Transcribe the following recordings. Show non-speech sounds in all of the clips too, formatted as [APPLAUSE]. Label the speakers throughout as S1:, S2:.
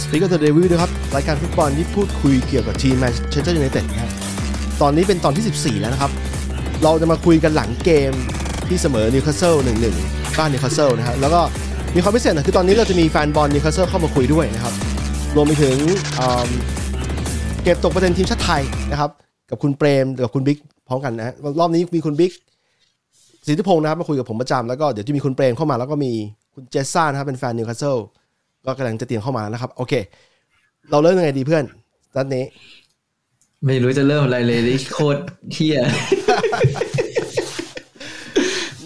S1: สปีกเกอร์เดวิลนะครับ รายการฟุตบอลที่พูดคุยเกี่ยวกับทีมแมนเชสเตอร์ยูไนเต็ดนะครับตอนนี้เป็นตอนที่ 14 แล้วนะครับ เราจะมาคุยกันหลังเกมที่เสมอนิวคาสเซิล1-1 บ้านนิวคาสเซิลนะครับแล้วก็มีความพิเศษหนะคือตอนนี้เราจะมีแฟนบอลนิวคาสเซิลเข้ามาคุยด้วยนะครับ รวมไปถึงอืมเก็บตกประเด็นทีมชาติไทยนะครับ กับคุณเปรมกับคุณบิ๊กพร้อมกันนะฮะรอบนี้มีคุณบิ๊ก สิทธิพงศ์นะครับมาคุยกับผมประจำแล้วก็เดี๋ยวจะมีคุณเปรมเข้ามาแล้วก็มีคุณเจสซ่านะครับเป็นแฟนนิวคาสเซิลก็กำลังจะเตรียมเข้ามานะครับ โอเค เราเริ่มยังไงดีเพื่อนนัดนี้
S2: ไม่รู้จะเริ่ม [LAUGHS] อะไรเลยนี่โคตรเที่ย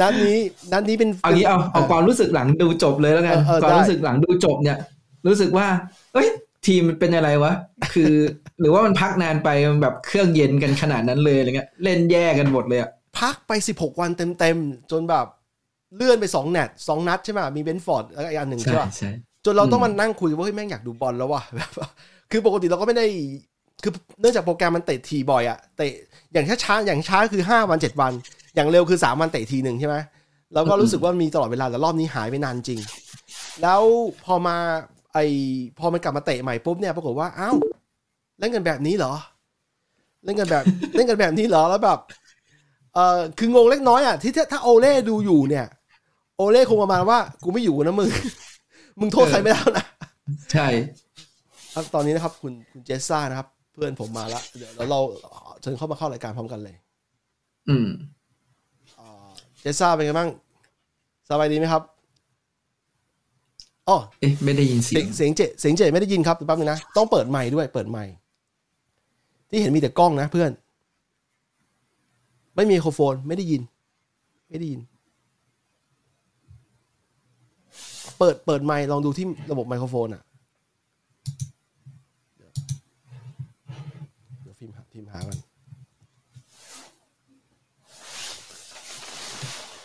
S1: นัดนี้นัดนี้เป็น
S2: เอางี้ [LAUGHS] เอาเอาความรู้สึกหลังดูจบเลยแล้วกัน
S1: เออเออ
S2: ความ
S1: ได้
S2: รู้สึกหลังดูจบเนี่ย รู้สึกว่า เอ้ย ทีมมันเป็นอะไรวะ คือ [LAUGHS] หรือว่ามันพักนานไปมันแบบเครื่องเย็นกันขนาดนั้นเลยอะไรเงี้ย เล่นแย่กันหมดเลยอะ
S1: พักไป 16 วันเต็มๆ จนแบบเลื่อนไป2แนตสองนัดใช่ไหมมีเบนฟอร์ดแล้วก็อีกอันหนึ่ง
S2: ใช่
S1: ใช่ป่ะ
S2: ใช่
S1: จนเราต้อง
S2: อืม
S1: มานั่งคุยว่าเฮ้ยแม่งอยากดูบอลแล้วว่ะ [LAUGHS] แบบว่าคือปกติเราก็ไม่ได้คือเนื่องจากโปรแกรมมันเตะทีบ่อยอะเตะอย่างช้าๆอย่างช้าคือห้าวันเจ็ดวัน อย่างเร็วคือสามวันเตะทีหนึ่งใช่ไหมแล้วก็รู้สึกว่ามีตลอดเวลาแต่รอบนี้หายไปนานจริง แล้วพอมาไอพอมันกลับมาเตะใหม่ปุ๊บเนี่ยปรากฏว่าอ้าวเล่นกันแบบนี้เหรอ เล่นกันแบบ เล่นกันแบบนี้เหรอแล้วแบบเออคืองงเล็กน้อยอ่ะที่ถ้าถ้าโอเล่ดูอยู่เนี่ย โอเล่คงประมาณว่ากูไม่อยู่นะมึง [LAUGHS] มึงโทษใครไม่ได้แล้วนะ
S2: ใช่
S1: ครับตอนนี้นะครับคุณคุณเจสซ่านะครับ เพื่อนผมมาละเดี๋ยวแล้วเราเชิญเข้ามาเข้ารายการพร้อมกันเลย
S2: อืม
S1: อ่าเจสซ่าเป็นไงบ้างสบายดีไหมครับอ๋อ
S2: เอ๊ะ ไม่ได้ยินเสี
S1: เสีย
S2: ย
S1: ง
S2: ง
S1: เสียงเจเสียงเจไม่ได้ยินครับแป๊บนึงนะต้องเปิดไมค์ด้วยเปิดไมค์ที่เห็นมีแต่กล้องนะเพื่อน ไม่มีไมโครโฟนไม่ได้ยิน ไม่ได้ยิน เปิดเปิดไมค์ลองดูที่ระบบไมโครโฟนอ่ะเดี๋ยวฟิล์มหาฟิล์มหากัน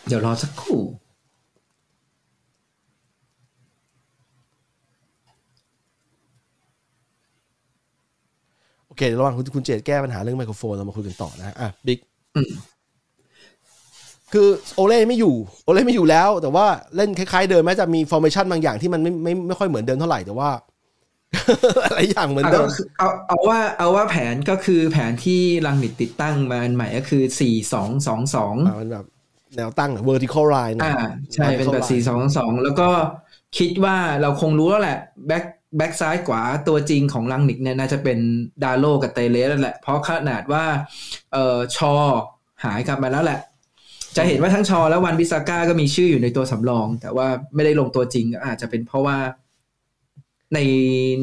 S2: เดี๋ยวรอสักครู่
S1: โอเคเดี๋ยวระหว่างคุณคุณเจดแก้ปัญหาเรื่องไมโครโฟนเรามาคุยกันต่อนะฮะอ่ะบิ๊ก
S2: อืม
S1: คือโอเล่ไม่อยู่โอเล่ไม่อยู่แล้ว แต่ว่าเล่นคล้ายๆเดิมแม้จะมีฟอร์เมชันบางอย่างที่มันไม่ไม่ไม่ค่อยเหมือนเดิมเท่าไหร่แต่ว่า [LAUGHS] อะไรอย่างเหมือนเดิม
S2: เอาเอาเอาว่าเอาว่าแผนก็คือแผนที่ลังนิตติดตั้งมาอันใหม่ก็คือสี่สองสองสอง
S1: อ่ะมันแบบแนวตั้งอะ vertical line นะ
S2: อ่าใช่เป็น
S1: vertical
S2: แบบ
S1: line
S2: 4 2 2 แล้วก็คิดว่าเราคงรู้แล้วแหละแบ็คแบ็คซ้ายขวาตัวจริงของลังนิกเนี่ยน่าจะเป็นดาโลกับเตเลสนั่นแหละ เพราะขนาดว่าเอ่อชอหายกลับมาแล้วแหละ จะเห็นว่าทั้งชอและวันบิสาก้าก็มีชื่ออยู่ในตัวสำรอง แต่ว่าไม่ได้ลงตัวจริงก็อาจจะเป็นเพราะว่าใน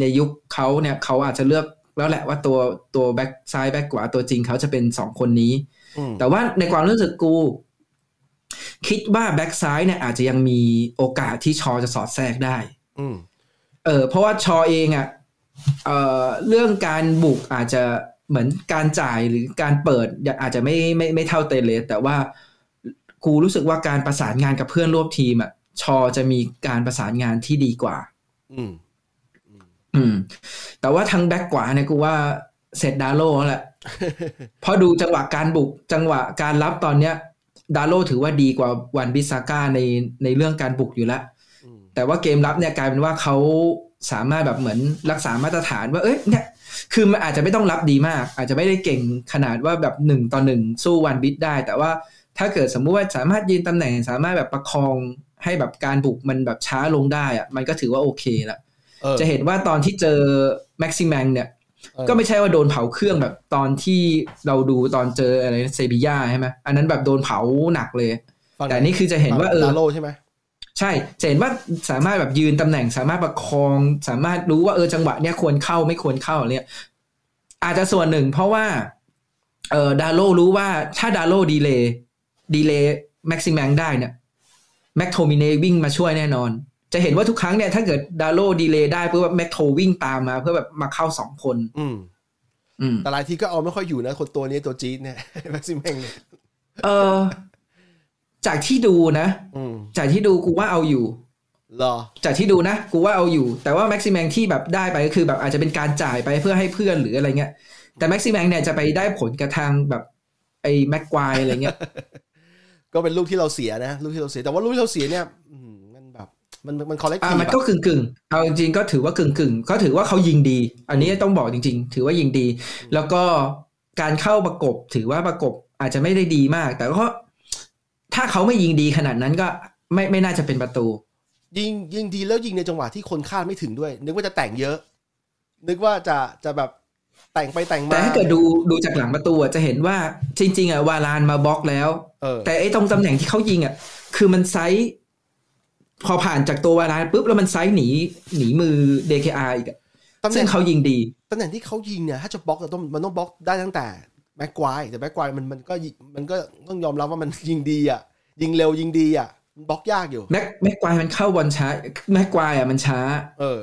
S2: ในยุคเขาเนี่ยเขาอาจจะเลือกแล้วแหละว่าตัวตัวแบ็คซ้ายแบ็คขวาตัวจริงเขาจะเป็นสองคนนี้
S1: อืม
S2: แต่ว่าในความรู้สึกกู คิดว่าแบ็กซ้ายเนี่ยอาจจะยังมีโอกาสที่ชอจะสอดแทรกได้
S1: อืม
S2: เออเพราะว่าชอเองอะ่ะเออเรื่องการบุกอาจจะเหมือนการจ่ายหรือการเปิดอาจจะไม่ไม่ไม่เท่าเตเลสแต่ว่ากูรู้สึกว่าการประสานงานกับเพื่อนร่วมทีมอะ่ะชอจะมีการประสานงานที่ดีกว่า
S1: อืม
S2: อืม แต่ว่าทางแบ็กขวาเนี่ยกูว่าเสร็จดาโลแล้วแหละ เพราะดูจังหวะการบุกจังหวะการรับตอนเนี้ย ดาโลถือว่าดีกว่าวันบิซาก้าในในเรื่องการบุกอยู่แล้ว
S1: อืม
S2: แต่ว่าเกมรับเนี่ยกลายเป็นว่าเขาสามารถแบบเหมือนรักษามาตรฐานว่าเอ้ยเนี่ยคือมันอาจจะไม่ต้องรับดีมาก อาจจะไม่ได้เก่งขนาดว่าแบบหนึ่งต่อหนึ่งสู้วันบิทได้ แต่ว่าถ้าเกิดสมมุติว่าสามารถยืนตำแหน่ง สามารถแบบประคองให้แบบการบุกมันแบบช้าลงได้อะมันก็ถือว่าโอเคละ
S1: ออ
S2: จะเห็นว่าตอนที่เจอแม็กซิแมงเนี่ย
S1: เออ
S2: ก็ไม่ใช่ว่าโดนเผาเครื่องแบบตอนที่เราดูตอนเจออะไรเซบีย่าใช่ไหมอันนั้นแบบโดนเผาหนักเลย
S1: ฝั่ง
S2: แต่นี่คือจะเห็นว่าเอ
S1: ฝั่ง
S2: อ
S1: ดาโลใช่ไหม
S2: ใช่จะเห็นว่าสามารถแบบยืนตำแหน่ง สามารถประคอง สามารถรู้ว่าเออจังหวะเนี้ยควรเข้าไม่ควรเข้าเนี่ยอาจจะส่วนหนึ่ง เพราะว่าเออดาโลรู้ว่าถ้าดาโลดีเลย์ดีเลย์แม็กซิแมงได้เนี่ยแม็กโทมิเนวิ่งมาช่วยแน่นอน จะเห็นว่าทุกครั้งเนี่ยถ้าเกิดดาโลดีเลย์ได้เพื่อแบบแม็กโทวิ่งตามมาเพื่อแบบมาเข้าสองคน
S1: อืม
S2: อืม
S1: แต่หลายทีก็เอาไม่ค่อยอยู่นะคนตัวนี้ตัวจี๊ดเนี่ย [LAUGHS] แม็กซิมเองเนี่ย
S2: เออจากที่ดูนะ
S1: อืม
S2: จากที่ดูกูว่าเอาอยู่
S1: เหรอ
S2: จากที่ดูนะ กูว่าเอาอยู่ แต่ว่าแม็กซิแมงที่แบบได้ไปก็คือแบบอาจจะเป็นการจ่ายไปเพื่อให้เพื่อนหรืออะไรเงี้ย แต่แม็กซิแมงเนี่ยจะไปได้ผลกระทางแบบไอ้แม็กควายอะไรเงี้ย
S1: ก็เป็นลูกที่เราเสียนะลูกที่เราเสียแต่ว่าลูกที่เราเสียเนี่ยอืมมันแบบ มันมันคอลเลก
S2: อ่า
S1: ที
S2: มันก็ [LAUGHS] กึ่งกึ่งๆเอาจริงๆก็ถือว่ากึ่งกึ่งๆก็ถือว่าเขายิงดี อันนี้ต้องบอกจริง ๆ ถือว่ายิงดี แล้วก็การเข้าประกบถือว่าประกบอาจจะไม่ได้ดีมาก แต่ก็ถ้าเขาไม่ยิงดีขนาดนั้นก็ไม่ไม่น่าจะเป็นประตู
S1: ยิงยิงดีแล้วยิงในจังหวะที่คนคาดไม่ถึงด้วย นึกว่าจะแต่งเยอะ นึกว่าจะจะแบบแต่งไปแต่งมา
S2: แต่ถ้าเกิดดูดูจากหลังประตูอะจะเห็นว่าจริง ๆอ่ะวาลานมาบล็อกแล้ว
S1: เออ
S2: แต่ไอ้ตรงตำแหน่งที่เขายิงอ่ะคือมันไซส์พอผ่านจากตัววาลานปุ๊บแล้วมันไซส์หนีหนีมือ DKR อีกอะ
S1: ตำแห
S2: ซึ่
S1: น่
S2: ง
S1: ง
S2: เขายิงดี
S1: ตำแหน่งที่เขายิงเนี่ยถ้าจะบล็อกเนี่ยต้องมันต้องบล็อกได้ตั้งแต่แม็กควายแต่แม็กควายมันมันก็ยิงมันก็ต้องยอมรับว่ามัน ยิงดีอ่ะ ยิงเร็วยิงดีอ่ะมันบล็อกยากอยู่
S2: แม็กแม็กควายมันเข้าบอลช้าแม็กควายอ่ะมันช้า
S1: เออ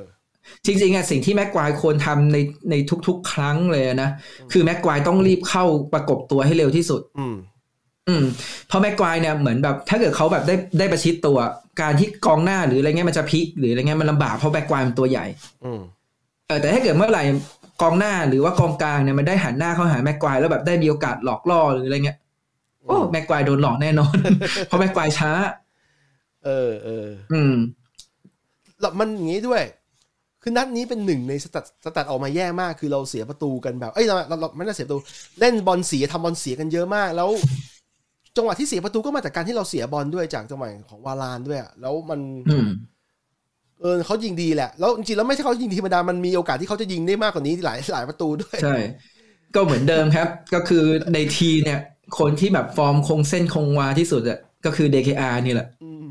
S2: จริงๆอ่ะสิ่งที่แม็กควายควรทำในในทุกๆ ครั้งเลยนะคือแม็กควายต้องรีบเข้าประกบตัวให้เร็วที่สุด
S1: อืม
S2: อืมเพราะแม็กควายเนี่ยเหมือนแบบถ้าเกิดเขาแบบได้ได้ประชิดตัว การที่กองหน้าหรืออะไรเงี้ยมันจะพลิกหรืออะไรเงี้ยมันลำบากเพราะแม็กควายมันตัวใหญ่
S1: อืม
S2: เออแต่ถ้าเกิดเมื่อไหร่กองหน้าหรือว่ากองกลางเนี่ยมันได้หันหน้าเข้าหาแม็กควายแล้วแบบได้มีโอกาสหลอกล่อหรืออะไรเงี้ยโอ้แม็กควายโดนหลอกแน่นอน [LAUGHS] เพราะแม็กควายช้า
S1: เออเออ
S2: อืม
S1: แล้วมันอย่างนี้ด้วย คือนัดนี้เป็นหนึ่งในสแตัดสแตัดออกมาแย่มาก คือเราเสียประตูกันแบบ เอ้ยเราเราเราไม่ได้เสียประตู เล่นบอลเสียทำบอลเสียกันเยอะมาก แล้ว จังหวะที่เสียประตูก็มาจากการที่เราเสียบอลด้วยจากจังหวะของวาลานด้วยอะแล้วมัน
S2: อืม
S1: เออเขายิงดีแหละ แล้วจริงๆแล้วไม่ใช่เขายิงธรรมดา มันมีโอกาสที่เขาจะยิงได้มากกว่านี้หลายหลายประตูด้วย
S2: ใช่ ก็เหมือนเดิมครับ ก็คือในทีเนี่ย คนที่แบบฟอร์มคงเส้นคงวาที่สุดอะก็คือ DKR นี่แหละ
S1: อืม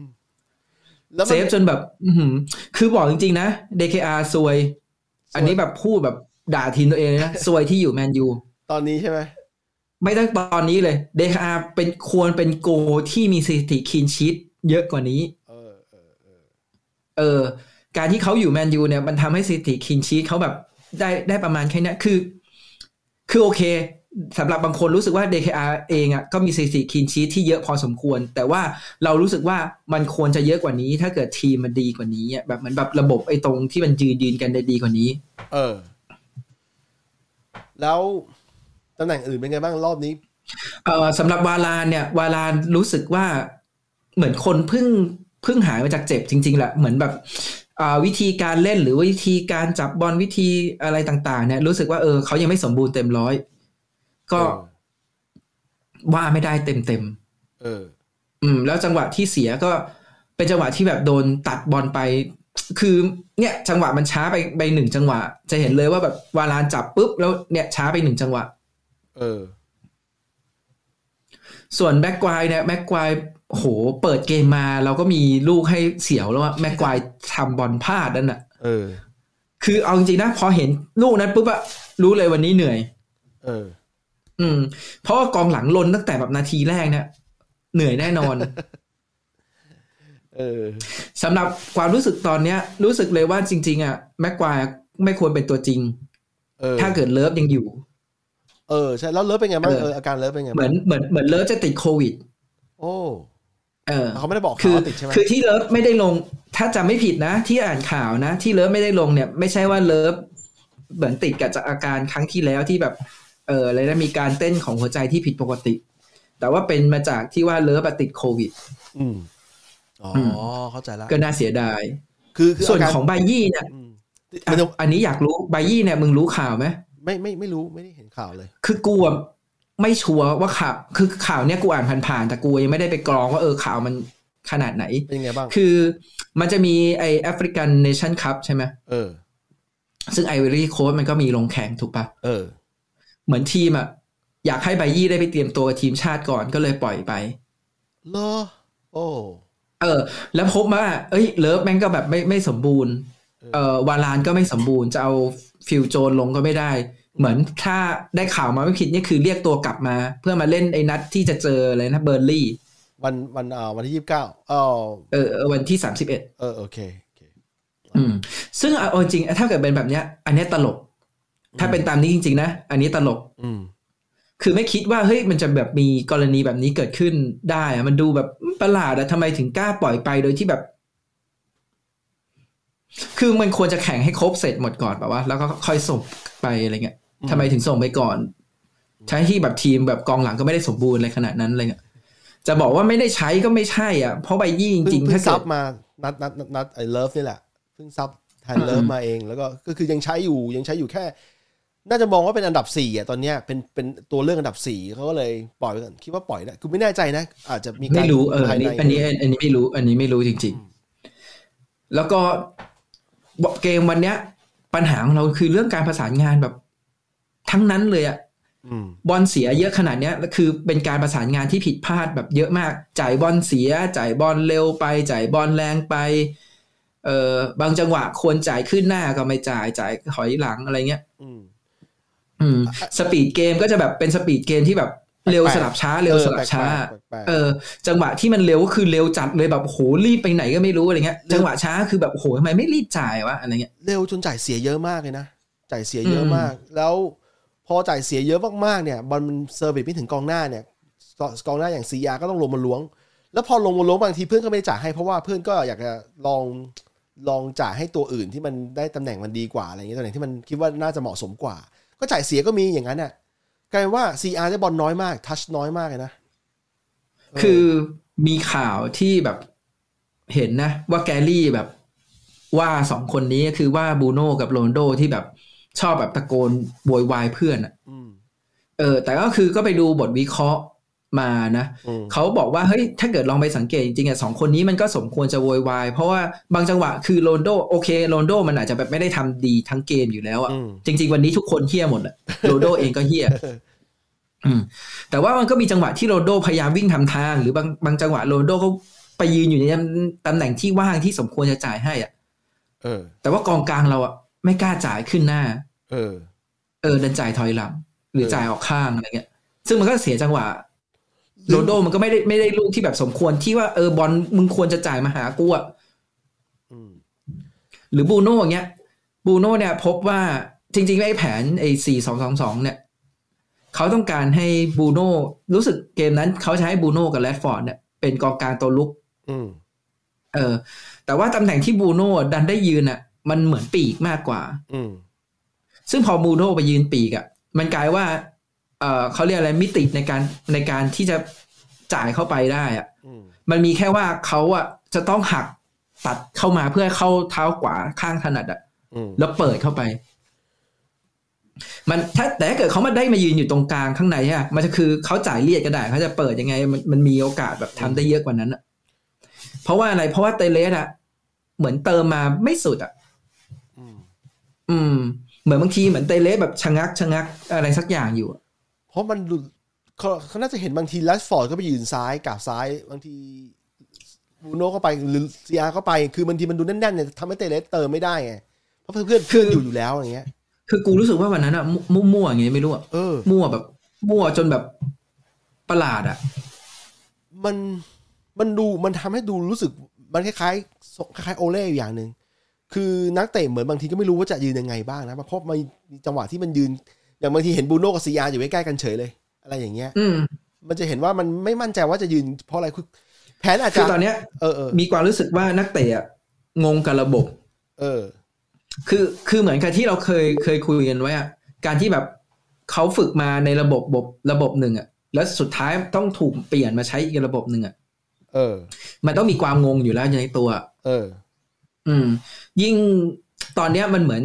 S1: แล้ว
S2: เซ
S1: มัน
S2: ฟจนแบบ อื้อหือ คือบอกจริงๆนะ DKR ซวย อันนี้แบบพูดแบบด่าทีมตัวเองเลย
S1: [LAUGHS]
S2: นะ ซวยที่อยู่แมนยู
S1: ตอนนี้ใช่ไหม
S2: ไม่ต้องตอนนี้เลย DKR เป็นควรเป็นโกลที่มีสถิติคลีนชีตเยอะกว่านี้
S1: เออเออเออ
S2: เออ การที่เขาอยู่แมนยูเนี่ยมันทำให้สถิติคินชีตเขาแบบได้ได้ประมาณแค่เนี้ยคือ คือโอเคสำหรับบางคนรู้สึกว่า DKR เองอะ่ะก็มีสถิติคินชีตที่เยอะพอสมควร แต่ว่าเรารู้สึกว่ามันควรจะเยอะกว่านี้ ถ้าเกิดทีมมันดีกว่านี้อะแบบเหมือนแบบระบบไอ้ตรงที่มันยืนยืนกันได้ดีกว่านี้
S1: เออ แล้วตำแหน่งอื่นเป็นไงบ้างรอบนี้
S2: เอ่อสำหรับวาลานเนี่ย วาลานรู้สึกว่าเหมือนคนเพิ่งเพิ่งหายมาจากเจ็บจริงๆแหละเหมือนแบบอ่าวิธีการเล่นหรือวิธีการจับบอลวิธีอะไรต่าง ๆ เนี่ย รู้สึกว่าเออเขายังไม่สมบูรณ์เต็มร้อย ก็
S1: เออ
S2: ว่าไม่ได้เต็มเต็ม
S1: เออ
S2: ๆอืม แล้วจังหวะที่เสียก็เป็นจังหวะที่แบบโดนตัดบอลไป คือเนี่ย จังหวะมันช้าไปไปหนึ่งจังหวะ จะเห็นเลยว่าแบบวาลานจับปุ๊บแล้วเนี่ยช้าไปหนึ่งจังหวะ
S1: เออ
S2: ส่วนแม็กควายเนี่ยแม็กควายโหเปิดเกมมาเราก็มีลูกให้เสียวแล้วอะแม็กควายทำบอลพลาดนั่นน่ะ
S1: เออ
S2: คือเอาจริงๆนะพอเห็นลูกนั้นปุ๊บอะรู้เลยวันนี้เหนื่อย
S1: เออ
S2: อืม เพราะว่ากองหลังลนตั้งแต่แบบนาทีแรกเนี่ยเหนื่อยแน่นอน [LAUGHS]
S1: เออ
S2: สำหรับความรู้สึกตอนเนี้ย รู้สึกเลยว่าจริง ๆอะแม็กควายไม่ควรเป็นตัวจริง
S1: เออ
S2: ถ้าเกิดเลิฟยังอยู่
S1: เออ ใช่ แล้วเลิฟเป็นไงบ้าง
S2: เออ
S1: เออ อาการเลิฟเป็นไง
S2: เหมื
S1: บ้าง
S2: อนเหมือนเหมือนเลิฟจะติดโควิด
S1: โอ้
S2: เออ
S1: แต่เขาไม่ได้บอก
S2: คื
S1: ข่าว
S2: อ
S1: ว่าติดใช่ไหม
S2: คือที่เลิฟไม่ได้ลง ถ้าจำไม่ผิดนะ ที่อ่านข่าวนะ ที่เลิฟไม่ได้ลงเนี่ย ไม่ใช่ว่าเลิฟเหมือนติดกับจากอาการครั้งที่แล้วที่แบบ เอออะไรนะมีการเต้นของหัวใจที่ผิดปกติ แต่ว่าเป็นมาจากที่ว่าเลิฟอะติดโควิด
S1: อืม อ๋ออเข้าใจละ
S2: ก็น่าเสียดาย
S1: คือคือ
S2: ส่วน
S1: อาการ
S2: ของบายี่เนี่ย
S1: อืม
S2: อ่ะ
S1: ไม่ต้อง
S2: อันนี้อยากรู้บายี่เนี่ยมึงรู้ข่าวไหม
S1: ไม่ไม่ไม่รู้ไม่ได้เห็นข่าวเลย
S2: คือกูอะไม่ชัวร์ว่าข่าวคือข่าวเนี่ยกูอ่านผ่านๆแต่กูยังไม่ได้ไปกรองว่าเออข่าวมันขนาดไหน
S1: เป็นไงบ้าง
S2: คือมันจะมีไอแอฟริกันเนชั่นคัพใช่ไหม
S1: เออ
S2: ซึ่งไอ o r รี่โค้ดมันก็มีลงแข่งถูกปะ
S1: เออ
S2: เหมือนทีมอะอยากให้ไบยี่ได้ไปเตรียมตัวกับทีมชาติก่อนก็เลยปล่อยไป
S1: เหรอ โอ้
S2: เออ แล้วพบว่าเอ้ยเลิฟแม่งก็แบบไม่ไม่สมบูรณ์เออวาลานก็ไม่สมบูรณ์จะเอาฟิลโจนลงก็ไม่ได้ เหมือนถ้าได้ข่าวมาไม่ผิดนี่คือเรียกตัวกลับมา เพื่อมาเล่นไอ้นัดที่จะเจออะไรนะเบอร์ลี่
S1: วันวันอ่าวันที่ยี่สิบเก้าอ๋อ
S2: เออเออวันที่สามสิบเอ็ด
S1: เออ โอเคโอเค
S2: อืมซึ่งเอาจริงๆถ้าเกิดเป็นแบบเนี้ย อันเนี้ยตลก ถ้าเป็นตามนี้จริง ๆ นะ อันนี้ตลก
S1: อืม
S2: คือไม่คิดว่าเฮ้ยมันจะแบบมีกรณีแบบนี้เกิดขึ้นได้อะมันดูแบบประหลาดอะทำไมถึงกล้าปล่อยไปโดยที่แบบ คือมันควรจะแข่งให้ครบเสร็จหมดก่อนแบบว่า แล้วก็ค่อยส่งไปอะไรเงี้ย
S1: อืม
S2: ทำไมถึงส่งไปก่อน ใช้ที่แบบทีมแบบกองหลังก็ไม่ได้สมบูรณ์อะไรขนาดนั้นอะไรเงี้ย จะบอกว่าไม่ได้ใช้ก็ไม่ใช่อ่ะ เพราะใบยี่จ
S1: เพิ่
S2: ริงๆ
S1: เพิ่
S2: ถ้าง
S1: ซั
S2: เกิ
S1: บ
S2: ด
S1: มานัดนัดนัดนัดไอ้เลิฟนี่แหละเพิ่งซับแทน
S2: [COUGHS]
S1: เลิฟ
S2: อืม
S1: มาเอง แล้วก็ก็คือยังใช้อยู่ยังใช้อยู่แค่ น่าจะมองว่าเป็นอันดับสี่อ่ะตอนเนี้ยเป็นเป็นตัวเลือกอันดับสี่เขาก็เลยปล่อยไปก่อนคิดว่าปล่อยนะกูไม่แน่ใจนะ อาจจะมีการ
S2: ไม่รู้เอออันนี้
S1: ภายใ
S2: อันนี้อันอันนี้ไม่รู้ อันนี้ไม่รู้จริง ๆ แล้วก็เกมวันเนี้ย ปัญหาของเราคือเรื่องการประสานงานแบบ ทั้งนั้นเลยอ่ะ
S1: อืม
S2: บอลเสียเยอะขนาดเนี้ยแล้วคือเป็นการประสานงานที่ผิดพลาดแบบเยอะมาก จ่ายบอลเสีย จ่ายบอลเร็วไป จ่ายบอลแรงไป เอ่อบางจังหวะควรจ่ายขึ้นหน้าก็ไม่จ่าย จ่ายถอยหลังอะไรเงี้ย
S1: อืม
S2: อืม สปีดเกมก็จะแบบเป็นสปีดเกมที่แบบเร็วสลับช้า เร็วสลับช้า
S1: เออแปลกๆแปลกๆ
S2: เออ จังหวะที่มันเร็วก็คือเร็วจัดเลยแบบโหรีบไปไหนก็ไม่รู้อะไรเงี้ย จังหวะช้าคือแบบโหทำไมไม่รีบจ่ายวะอะไรเงี้ย
S1: เร็วจนจ่ายเสียเยอะมากเลยนะจ่ายเสียเยอะ
S2: อืม
S1: มาก แล้วพอจ่ายเสียเยอะมากๆเนี่ยบอลมันเซอร์วิสไม่ถึงกองหน้าเนี่ยกกองหน้าอย่างซียาก็ต้องลงมาล้วง แล้วพอลงมาล้วงบางทีเพื่อนก็ไม่ได้จ่ายให้เพราะว่าเพื่อนก็อยากจะลองลองจ่ายให้ตัวอื่นที่มันได้ตำแหน่งมันดีกว่าอะไรอย่างเงี้ยตำแหน่งที่มันคิดว่าน่าจะเหมาะสมกว่า ก็จ่ายเสียก็มีอย่างนั้นน่ะกลายเป็นว่าซีอาร์ได้บอลน้อยมาก ทัชน้อยมากเลยนะเ
S2: คือมีข่าวที่แบบเห็นนะว่าแกลลี่แบบว่าสองคนนี้คือว่าบรูโน่กับโรนลโดที่แบบชอบแบบตะโกนโวยวายเพื่อนอะ
S1: ม
S2: เออ แต่ก็คือก็ไปดูบทวิเคราะห์มานะ
S1: อืม
S2: เขาบอกว่าเฮ้ยถ้าเกิดลองไปสังเกตจริงๆอ่ะสองคนนี้มันก็สมควรจะโวยวายเพราะว่าบางจังหวะคือโรนลโดโอเคโรนลโดมันอาจจะแบบไม่ได้ทำดีทั้งเกมอยู่แล้วอ่ะ
S1: อืม
S2: จริงๆ วันนี้ทุกคนเฮี้ยหมดแหละโรนัลโดเองก็เฮี้ย
S1: [LAUGHS]
S2: อืมแต่ว่ามันก็มีจังหวะที่โรนัลโดพยายามวิ่งทำทาง หรือบางบางจังหวะโรนัลโดเขาไปยืนอยู่ในตำแหน่งที่ว่างที่สมควรจะจ่ายให้อ่ะ
S1: เออ
S2: แต่ว่ากองกลางเราอ่ะไม่กล้าจ่ายขึ้นหน้า
S1: เออ
S2: เออดันจ่ายถอยหลัง หรือ
S1: เออ
S2: จ่ายออกข้างอะไรเงี้ย ซึ่งมันก็เสียจังหวะโรนัลโดมันก็ไม่ได้ไม่ได้ลูกที่แบบสมควรที่ว่าเออบอลมึงควรจะจ่ายมาหากูอ่ะ
S1: อืม
S2: หรือบรูโน่อย่างเงี้ยบรูโน่เนี่ยพบว่าจริงๆไอ้แผนไอ้สี่สองสองสองเนี่ยเขาต้องการให้บรูโน่รู้สึกเกมนั้นเขาจะให้บรูโน่กับแรดฟอร์ดเนี่ยเป็นกองกลางตัวลุก
S1: อืม
S2: เออ แต่ว่าตำแหน่งที่บรูโน่ดันได้ยืนอ่ะ มันเหมือนปีกมากกว่า
S1: อืม
S2: ซึ่งพอบรูโน่ไปยืนปีกอ่ะ มันกลายว่า เออเขาเรียกอะไรมิติในการในการที่จะจ่ายเข้าไปได้อ่ะ
S1: อืม
S2: มันมีแค่ว่าเขาอ่ะจะต้องหักตัดเข้ามาเพื่อเข้าเท้าขวาข้างถนัดอ่ะ
S1: อืม
S2: แล้วเปิดเข้าไป มันถ้าแต่ถ้าเกิดเขามาได้มายืนอยู่ตรงกลางข้างในอะมันจะคือเขาจ่ายเรียกก็ได้เขาจะเปิดยังไง มันมันมีโอกาสแบบทำได้เยอะกว่านั้นอะเพราะว่าอะไร เพราะว่าเตเลสอะเหมือนเติมมาไม่สุดอะ
S1: อืม
S2: อืม เหมือนบางทีเหมือนเตเลสแบบชะงักชะงักอะไรสักอย่างอยู่อะ
S1: เพราะมันหลุดเขาเขาน่าจะเห็นบางทีแรชฟอร์ดก็ไปยืนซ้ายกับซ้ายบางทีบูโน่ก็ไปหรือเซียก็ไป คือบางทีมันดูแน่นๆเนี่ยทำให้เตเลสเติมไม่ได้ไงเพราะเพื่อนๆเพื่อนอยู่อยู่แล้วอย่างเงี้ย
S2: คือกูรู้สึกว่าวันนั้นอะมั่วมั่วๆอย่างเงี้ยไม่รู้อะ
S1: เออ
S2: มั่วแบบ มั่วจนแบบประหลาดอะ
S1: มันมันดูมันทำให้ดูรู้สึกมันคล้ายๆสคล้ายๆโอเล่อยู่อย่างหนึ่งคือนักเตะเหมือนบางทีก็ไม่รู้ว่าจะยืนยังไงบ้างนะเพราะมันมีจังหวะที่มันยืน อย่างบางทีเห็นบูโน่กับเซียอยู่ใกล้ๆกันเฉยเลย อะไรอย่างเงี้ย
S2: อืม
S1: มันจะเห็นว่ามันไม่มั่นใจว่าจะยืน เพราะอะไรคือแผนอาจ
S2: คื
S1: จะ
S2: อตอนเนี้ย
S1: เออเออ
S2: มีความรู้สึกว่านักเตะอะงงกับระบบ
S1: เออ
S2: คือคือเหมือนกับที่เราเคยเคยคุยกันไว้อะการที่แบบเขาฝึกมาในระบบบระบบหนึ่งอะแล้วสุดท้ายต้องถูกเปลี่ยนมาใช้อีกระบบหนึ่งอะ
S1: เออ
S2: มันต้องมีความงงอยู่แล้วอยู่ในตัว
S1: เออ
S2: อืม ยิ่งตอนเนี้ยมันเหมือน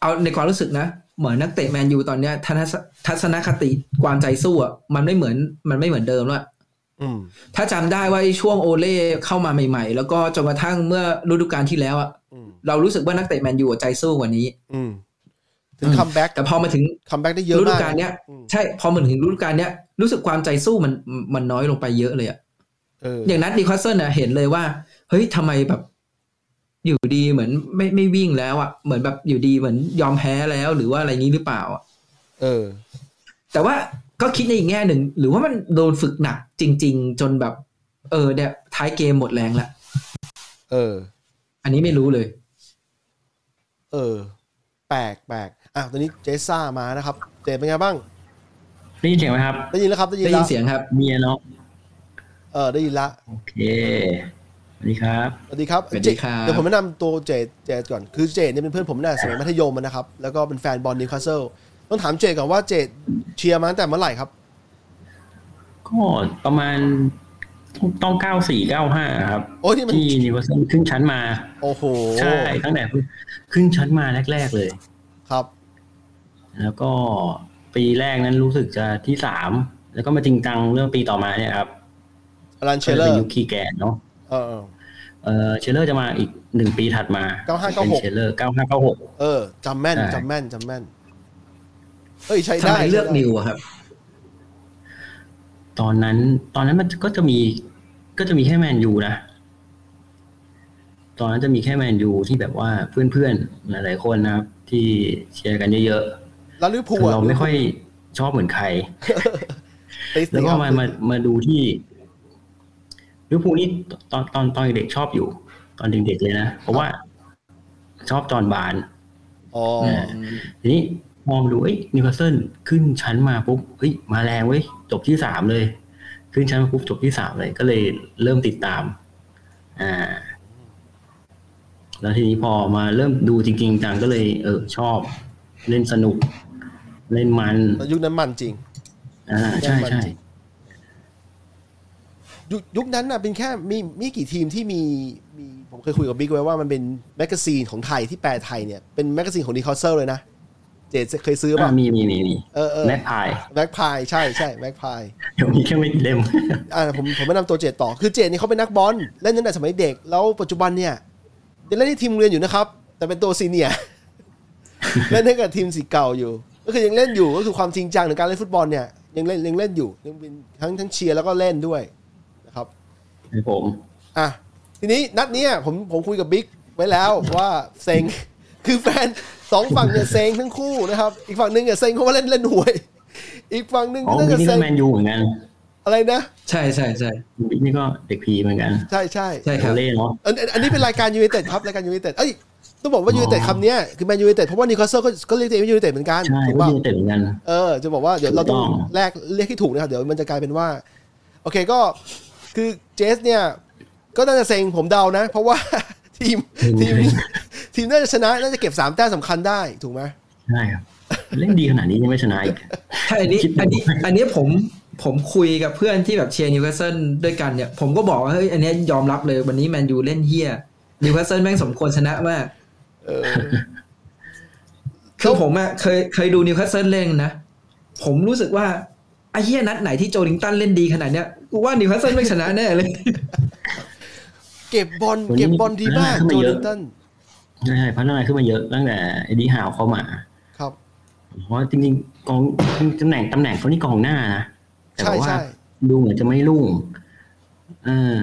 S2: เอาในความรู้สึกนะ เหมือนนักเตะแมนยูตอนเนี้ยทัศนทัศนคติความใจสู้อะมันไม่เหมือนมันไม่เหมือนเดิมแล้วอะ
S1: อืม
S2: ถ้าจำได้ว่าไอ้ช่วงโอเล่เข้ามาใหม่ๆ แล้วก็จนกระทั่งเมื่อฤดูกาลที่แล้วอะ
S1: อืม
S2: เรารู้สึกว่านักเตะแมนยูอะใจสู้กว่านี้
S1: อืม ถึงคัมแบ็ก
S2: แต่พอมาถึง
S1: คัมแบ็กได้เยอะ
S2: ฤดู
S1: มาก
S2: กาลเนี้ย
S1: อืม
S2: ใช่พอมันถึงฤดูกาลเนี้ยรู้สึกความใจสู้มันมันน้อยลงไปเยอะเลยอะ
S1: เออ
S2: อย่างนัดดีคอสเซนน่ะเห็นเลยว่า เฮ้ยทำไมแบบ อยู่ดีเหมือนไม่ไม่วิ่งแล้วอะเหมือนแบบอยู่ดีเหมือนยอมแพ้แล้วหรือว่าอะไรนี้หรือเปล่าอะ
S1: เออ
S2: แต่ว่าก็คิดในอีกแง่หนึ่ง หรือว่ามันโดนฝึกหนักจริง ๆ จนแบบ เออเนี่ยท้ายเกมหมดแรงละ
S1: เออ
S2: อันนี้ไม่รู้เลย
S1: เออ แปลกแปลกอ่ะ ตอนนี้เจสซ่ามานะครับ เจสเป็นไงบ้าง
S3: ได้ยินเสียงไหมครับ
S1: ได้ยินแล้วครับ ได้ยิน
S2: ได้ยิ
S1: แล้
S2: น
S1: ว
S2: เสียงครับ
S3: มีอะเนาะ
S1: เออ ได้ยินละ
S3: โอเค สวัสดีครับ
S1: สวัสดีครับ
S2: สวัสดี
S1: เจ
S2: ครับ
S1: เดี๋ยวผมแนะนำตัวเจสเจสก่อน คือเจสเนี่ยเป็นเพื่อนผมตั้งแต่สมัยมัธยมอะนะครับ แล้วก็เป็นแฟนบอลนิวคาสเซิล ต้องถามเจสก่อนว่าเจสเชียร์มาตั้งแต่เมื่อไหร่ครับ
S3: ก็ประมาณ ต้องเก้าสี่เก้าห้าครับ
S1: โอ้ยนี่มัน
S3: ที่นิวเซนขึ้นชั้นมา
S1: โอ้โห
S3: ใช่ตั้งแต่ขึ้นชั้นมาแรก ๆ เลย
S1: ครับ
S3: แล้วก็ปีแรกนั้นรู้สึกจะที่สามแล้วก็มาจริงจังเรื่องปีต่อมาเนี่ยครับ
S1: อลันเช
S3: ก็
S1: ล
S3: จะ
S1: เลอ
S3: เป็น
S1: ร์
S3: ยุคคีแกนเนาะ
S1: เออเออ
S3: เออเชลเลอร์จะมาอีกหนึ่งปีถัดมา
S1: เก้าห้าเก้า
S3: เป็น
S1: หก
S3: เชลเลอร์เก้าห้าเก้าหก
S1: เออจำแม่น
S3: ใช่
S1: จำแม่นจำแม่น เอ้ยใช้
S2: ทำ
S1: ได้
S2: ไมเลือก
S1: ใช้ได้
S2: นิวอะครับ
S3: ตอนนั้น ตอนนั้นมันก็จะมี ก็จะมีแค่แมนยูนะ ตอนนั้นจะมีแค่แมนยูที่แบบว่าเพื่อนๆ หลายๆคนนะครับ ที่เชียร์กันเยอะ
S1: แล้วลิเวอร์
S3: ๆ
S1: พูล
S3: แต่
S1: อะ
S3: เราไม่ค่อยชอบเหมือนใคร
S1: ติส
S3: แล้วก็
S1: ครับ
S3: มามามาดูที่ลิเวอร์พูลนี่ตอนตอนตอนเด็กชอบอยู่ ตอนเด็กๆเลยนะเพราะว่าชอบจอห์นบาร์น
S1: อ๋อ
S3: เออ ทีนี้มองดูเอ้ยนิวคาสเซิลขึ้นชั้นมาปุ๊บเฮ้ยมาแรงเว้ยจบที่สามเลย ขึ้นชั้นมาปุ๊บจบที่สามเลย ก็เลยเริ่มติดตาม อ่า แล้วทีนี้พอมาเริ่มดูจริงๆจังก็เลย เออ ชอบ เล่นสนุก เล่นมัน
S1: แล้วยุคนั้นมันจริง
S3: อ่า ใช่ใช่
S1: ยุคยุคนั้นน่ะเป็นแค่มีมีกี่ทีมที่มีมีผมเคยคุยกับบิ๊กไว้ว่ามันเป็นแมกกาซีนของไทยที่แปลไทยเนี่ยเป็นแมกกาซีนของดีคอสเซอร์เลยนะ เจดเคยซื้อป่ะ
S3: อ่ามีมีมีมี
S1: เออเออ
S3: แมทพาย
S1: แบ็คพายใช่ใช่แบ็คพาย
S3: เดี๋ยวมีแค่ไม่กี่เล่ม
S1: อ่าผมผมแนะนำตัวเจดต่อคือเจดนี่เขาเป็นนักบอลเล่นตั้งแต่สมัยเด็ก แล้วปัจจุบันเนี่ยยังเล่นที่ทีมโรงเรียนอยู่นะครับ แต่เป็นตัวซีเนียร์ เล่นให้กับทีมสี [LAUGHS] เก่าอยู่ ก็คือยังเล่นอยู่ก็คือความจริงจังในการเล่นฟุตบอลเนี่ยยังเล่นยังเล่นอยู่ยังเป็นทั้งทั้งเชียร์แล้วก็เล่นด้วยนะครับ
S3: ครับผม
S1: อ่ะทีนี้นัดเนี้ยผมผมคุยกับบิ๊กไว้แล้วว่าเซ็ง คือแฟนสองฝั่งเนี่ยเซ็งทั้งคู่นะครับ อีกฝั่งหนึ่งเนี่ยเซ็งเพราะว่าเล่นเล่นหวย อีกฝั่งหนึ่ง
S3: อ๋อ
S1: ก็น่าจะ
S3: บิ๊กนี่
S1: เซ็
S3: ก็
S1: ง
S3: แมนยูเหมือนกัน
S1: อะไรนะ
S2: ใช่ใช่ใช่
S3: บิ๊กนี่ก็เด็กพีเหมือนกัน
S1: ใช่ใช่
S2: ใช่ครับ
S3: เล่เนาะ
S1: อันอันอันนี้เป็นรายการยู i นเต็ดครับรายการยู i นเต็ดเอ้ยต้องบอกว่า
S3: อ๋อ
S1: ยู i นเต็ดคำเนี้ยคือแมนยู i นเต็ดเพราะว่านิโคลเซอร์ก็ก็เรียกตัวเองว่ายู i นเต็ดเหมือนกัน
S3: ใช่
S1: ถูก
S3: ก็
S1: ป่ะ
S3: ยูเต็ดเหมือนกัน
S1: เออจะบอกว่าเดี๋ยวเราต้อง
S3: ถูกต้อง
S1: แลกเรียกให้ถูกนะครับเดี๋ยวมันจะกลายเป็นว่า โอเคก็คือเจสเนี่ยก็น่าจะเซ็งผมเดานะ เพราะ [LAUGHS] ว่าทีมทีม [LAUGHS] ทีมน่าจะชนะน่าจะเก็บสามแต้มสำคัญได้ถูกไหม
S3: ใช่ครับ เล่นดีขนาดนี้ยังไม่ชนะอีก
S2: ใช่อันนี้
S3: คิดดู
S2: อันนี้อันนี้ผมผมคุยกับเพื่อนที่แบบเชียร์นิวคาสเซิลด้วยกันเนี่ย ผมก็บอกว่าเฮ้ยอันเนี้ยยอมรับเลยวันนี้แมนยูเล่นเฮียนิวคาสเซิลแม่งสมควรชนะมาก
S1: เออ
S2: คือผมอะเคยเคยดูนิวคาสเซิลเล่นนะ ผมรู้สึกว่าไอ้เฮียนัดไหนที่โจลิงตันเล่นดีขนาดเนี้ยกูว่านิวคาสเซิลไม่ชนะแน่เลย
S1: [LAUGHS] เก็บบอล
S3: วันนี้
S1: เก็บบอลดีมาก
S3: พัฒนาขึ้
S1: โจลิ
S3: นมาเยอะ
S1: นตัน
S3: ใช่พัฒนาขึ้นมาเยอะตั้งแต่เอ็ดดี้ฮาวเข้ามา
S1: ครับ
S3: เพราะว่าจริงๆกองตำแหน่งตำแหน่งเขานี่กองหน้านะ แต่
S1: ใช่
S3: ว่า
S1: ใช่
S3: ดูเหมือนจะไม่รุ่งเออ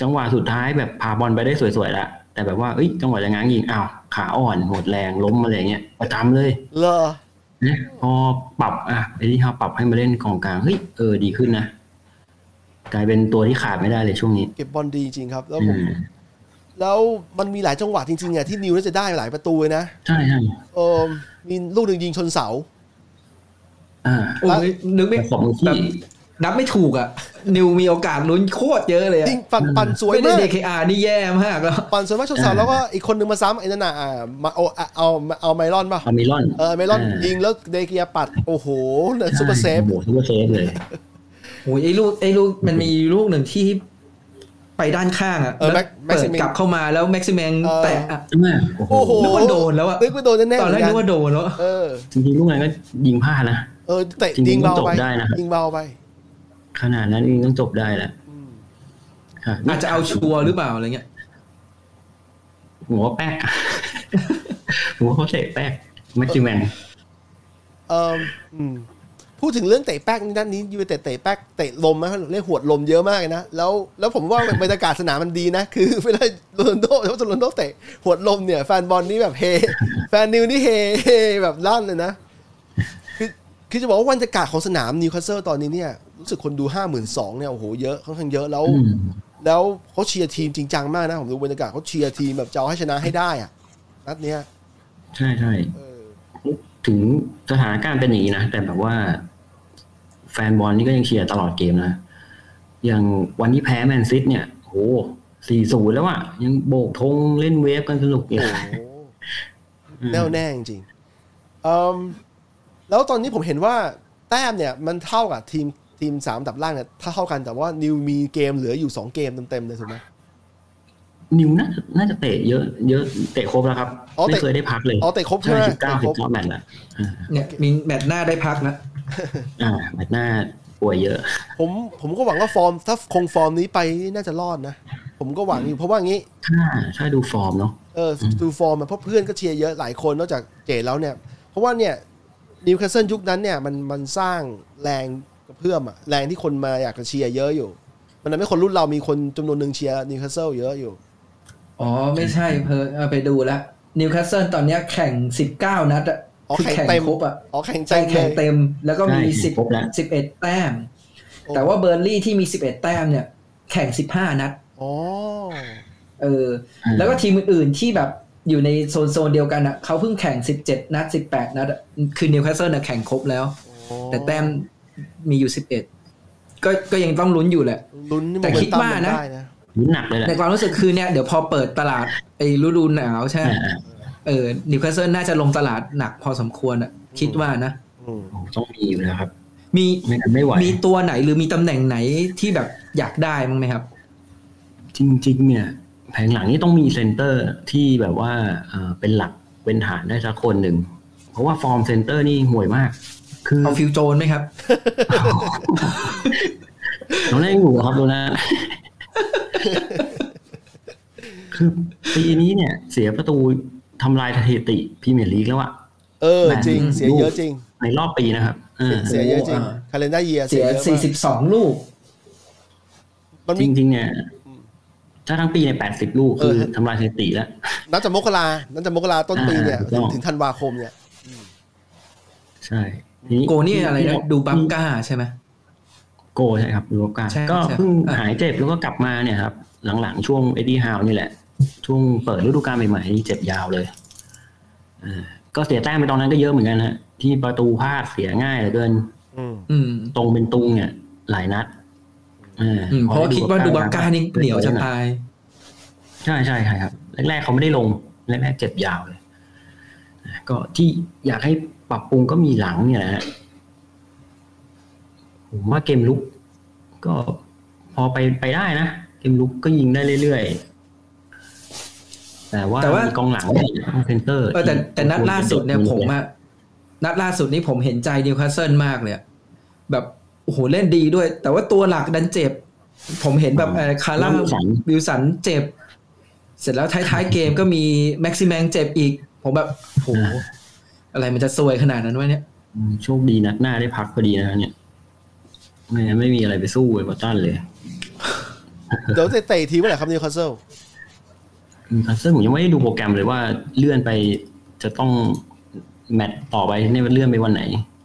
S3: จังหวะสุดท้ายแบบพาบอลไปได้สวยๆละแต่แบบว่าเอ้ยจังหวะจะง้างยิงอ้าวขาอ่อนหมดแรงล้มอะไรอย่างเงี้ยประจำเลย
S1: เลอ
S3: นะพอปรับอ่ะไอ้ที่เขาปรับให้มาเล่นกองกลางเฮ้ยเออดีขึ้นนะกลายเป็นตัวที่ขาดไม่ได้เลยช่วงนี้
S1: เก็บบอลดีจริงครับ แล้ว
S3: อื
S1: ผม
S3: ม
S1: แล้วมันมีหลายจังหวะจริงๆอ่ะที่นิวน่าจะได้หลายประตูเลยนะ
S3: ใช่ใช่
S1: เออมีลูกหนึ่งยิงชนเสา
S3: อ่า
S2: โอ้ยนึก
S3: ป
S2: ไม่
S3: ระกอบมือ
S2: แบบ
S3: ที่
S2: นับไม่ถูกอะนิวมีโอกาสลุ้นโคตรเยอะเลยอะ
S1: ยิงปั่นปั่นสวย
S2: ไม่ได้
S1: มาก
S2: DKR นี่แย่มากแล้ว
S1: ปั่นสวยมากชนเสาแล้วก็อีกคนนึงมาซ้ำไอ้นั่นน่ะอ่ามาเอาเอาเอาเอาไมลอนป่ะ
S3: อามิลอน
S1: เออไมลอนยิงแล้วเดเกียปัด โอ้โหเนี่ยซุปเปอร์เซฟ
S3: โอ้โหซุปเปอร์เซฟเลย
S2: โอ้ยไอ้ลูกไอ้ลูกมันมีลูกหนึ่งที่ไปด้านข้างอ่ะ
S1: เออ
S2: แล้ว
S1: แม็กแม็ก
S2: เปิ
S1: ซิ
S2: ด
S1: เมง
S2: กลับเข้ามาแล้วแม็กซิเมง
S1: เออ
S2: แตะอะ
S3: ใช่ไหม
S1: โอ้โห
S2: นึกว่าโดนแล้วอะ
S1: นึกว่าโดนแน่ๆ
S2: ตอนแรก
S1: เหมื
S2: นึกว่าโดนแล้ว
S1: เออ
S3: จริงๆลูกนั้นก็ยิงพลาดนะ
S1: เออเตะ
S3: จริงๆ
S1: ยิงเบาไป
S3: มันจบได้นะครับ
S1: ยิงเบาไป
S3: ขนาดนั้นเองต้องจบได้แหละ
S1: อืม
S3: ค่ะ
S2: อาจจะเอาชัวร์หรือเปล่าอะไรเงี้ย
S3: หัวแป๊ก [LAUGHS] หัวเขาเตะแป๊กแม็กซิแมน
S1: เอิ่มอืมพูดถึงเรื่องเตะแป๊กนี่ด้านนี้ยูเวเตะเตะแป๊กเตะลมนะเรียกหวดลมเยอะมากเลยนะแล้วแล้วผมว่า บรรยากาศสนามมันดีนะ คือเวลาโรนลโดแล้วโรนลโดเตะหวดลมเนี่ยแฟนบอลนี่แบบเฮ แฟนนิวนี่เฮเฮแบบลั่นเลยนะ คือคือจะบอกว่าบรรยากาศของสนามนิวคาสเซิลตอนนี้เนี่ยรู้สึกคนดูห้าหมื่นสองเนี่ยโอ้โหเยอะค่อนข้างเยอะแล้ว
S3: อืม
S1: แล้วเขาเชียร์ทีมจริงจังมากนะ ผมดูบรรยากาศเขาเชียร์ทีมแบบจะเอาให้ชนะให้ได้อะนัดเนี้ย
S3: ใช่ใช่
S1: เออ
S3: ถึงสถานการณ์เป็นอย่างนี้นะ แต่แบบว่า แฟนบอลนี่ก็ยังเชียร์ตลอดเกมนะ อย่างวันที่แพ้แมนซิตเนี่ยโหสี่ศูนย์แล้วอะยังโบกธงเล่นเวฟกันสนุกอ
S1: โอ้
S3: ยู่
S1: โหแน่วแน่จริงๆเอิ่มแล้วตอนนี้ผมเห็นว่าแต้มเนี่ย มันเท่ากับทีม ทีมสามอันดับล่างเนี่ยถ้าเท่ากันแต่ว่านิวมีเกมเหลืออยู่สองเกมเต็มๆเลยถูกไหม
S3: นิวน่าน่าจะเตะเยอะ เยอะเตะครบแล้วครับ
S1: อ๋อเตะ
S3: ไม่เคยได้พักเลย
S1: อ๋อแต่ครบใช่ไห
S3: ใช่
S1: ม
S3: สิบเก้า
S1: แต่
S3: สิ
S1: คร
S3: บบ เก้าแมตช์ละ
S2: เนี่ยมีแมตช์หน้าได้พักนะ
S3: อ่าแมตช์หน้าป่วยเยอะ
S1: ผมผมก็หวังว่าฟอร์ม ถ้าคงฟอร์มนี้ไปน่าจะรอดนะ ผมก็หวังอยู่เพราะว่างี้
S3: ถ้าถ้าดูฟอร์มเนาะ
S1: เอออ
S3: ม
S1: ดูฟอร์มอะเพราะเพื่อนก็เชียร์เยอะหลายคนนอกจากเจ๋แล้วเนี่ย เพราะว่าเนี่ยนิวคาสเซิลยุคนั้นเนี่ยมันมันสร้างแรงกระเพื่อมอะแรงที่คนมาอยากจะเชียร์เยอะอยู่ มันทำให้คนรุ่นเรามีคนจำนวนหนึ่งเชียร์นิวคาสเซิลเยอะอยู่
S2: อ๋อไม่ใช่เพอเอาไปดูแล้วนิวคาสเซิลตอนเนี้ยแข่งสิบเก้านัดอะ
S1: อ๋อ
S2: คือ
S1: แข่ง
S2: แข่ง
S1: เต็ม
S2: ครบอะ
S1: อ๋อแข่งเต็
S2: ใช่
S1: ม
S2: แข่ง
S1: เลย
S2: เต็มแล้วก็มี
S3: ใช่
S2: สิบ
S3: ครบแล้ว
S2: สิบเอ็ดแต้ม
S1: โอ้
S2: แต่ว่าเบอร์นลี่ที่มีสิบเอ็ดแต้มเนี่ย แข่งสิบห้านัด
S1: อ๋อ
S2: เออ แล้วก็ทีมอื่นๆที่แบบอยู่ในโซนโซนๆเดียวกันอ่ะเขาเพิ่งแข่ง 17 นัด 18 นัดอะคือนิวคาสเซิลน่ะแข่งครบแล้ว
S1: อ๋อ
S2: แต่แต้มมีอยู่ 11 ก็ก็ยังต้องลุ้นอยู่แหละ
S1: ลุ้นนี่
S2: แต่
S1: โมเมน
S2: คิด
S1: ตัม
S2: ว่า
S1: มัน
S2: นะ
S1: ได้นะ
S3: นิดหนักเลยแหละ
S2: ในความรู้สึกคือเนี่ยเดี๋ยวพอเปิดตลาดไอ้ฤดูหนาวใช่ไหม
S3: อ่าอ่า
S2: เออนิวคาสเซิลน่าจะลงตลาดหนักพอสมควรอ่ะคิดว่านะ
S1: อืม
S3: โอ้ต้องมีอยู่แล้วครับ
S2: มี
S3: ไม่งั้นไม่ไหว
S2: มีตัวไหนหรือมีตำแหน่งไหนที่แบบอยากได้มั้งไหมครับ
S3: จริง ๆ เนี่ย แผงหลังนี่ต้องมีเซนเตอร์ที่แบบว่าเอ่อเป็นหลักเป็นฐานได้สักคนหนึ่ง เพราะว่าฟอร์มเซนเตอร์นี่ห่วยมาก คือ
S2: เอาฟิลโจนไหมครับ
S3: เราได้อยู่เหรอครับดูนะ คือปีนี้เนี่ย เสียประตูทำลายสถิติพรีเมียร์ลีกแล้วอะ
S1: เออจริง เสียเยอะจริง
S3: ในรอบปีนะครับเออ
S1: เสียเยอะจริง
S2: อ่า
S1: คาเลนด้าเยีย
S2: เสีย 42 ลูก
S1: มัน
S3: จ
S1: มี
S3: ริง ๆ เนี่ยถ้าทั้งปีในยแปดสิบลูก
S1: เอ
S3: คือ อทำลายสถิติแล้ว
S1: นับจากมกรานับจากมกราต้นปีเนี่ย
S3: อ่าถูกต้อง
S1: ถึงธันวาคมเนี่ย
S3: ใช่
S2: โกนี่อะไรนะดูบัฟก้าใช่ไหม
S3: โกใช่ครับดูบับกา
S2: ใช่
S3: ก็
S2: ใช่
S3: เพิ่ง
S2: อ่ะ
S3: หายเจ็บแล้วก็กลับมาเนี่ยครับ หลังๆช่วงเอ็ดดี้ฮาวนี่แหละ ช่วงเปิดฤดูกาลใหม่ๆนี่เจ็บยาวเลยเออก็เสียแต้มไปตอนนั้นก็เยอะเหมือนกันฮะที่ประตูพลาดเสียง่ายเหลือเกิน
S1: อืม
S2: อืม
S3: ตรงเป็นตุงเนี่ย หลายนัดเออ
S2: อืมเพราะว่าคิดว่าดูบังกานี่เหนียวจะ
S3: ย
S2: ตาย
S3: ใช่ใช่ใช่ครับแรกๆเขาไม่ได้ลงแรกๆเจ็บยาวเลยก็ที่อยากให้ปรับปรุงก็มีหลังเนี่ยนะฮะผมว่าเกมลุก ก็พอไปไปได้นะเกมลุกก็ยิงได้เรื่อยๆแต่ว่า
S2: แต่ว่ามี
S3: กองหลังเนี่ยต้องเซนเตอร์
S2: เออแต่แต่นัดล่าสุดเนี่ยผมอะนัดล่าสุดนี่ผมเห็นใจนิวคาสเซิลมากเลยอะแบบโอ้โหเล่นดีด้วย แต่ว่าตัวหลักดันเจ็บ ผมเห็นแบบเอ่อคาร่า
S3: สอง
S2: วิลสันเจ็บ เสร็จแล้วท้ายๆเกมก็มีแม็กซิแมงเจ็บอีก ผมแบบโอ้โห
S3: อ่า
S2: อะไรมันจะซวยขนาดนั้นวะเนี่ย
S3: อืมโชคดีนัดหน้าได้พักพอดีนะเนี่ยไม่งั้นไม่มีอะไรไปสู้เอเวอร์ตันเลย
S1: เดี๋ยวเตะอีกทีเมื่อไหร่ครับนิวคาสเซิล
S3: ซึ่งผมยังไม่ได้ดูโปรแกรมเลยว่าเลื่อนไปจะต้องแมตช์ต่อไปเนี่ยมันเลื่อนไปวันไหน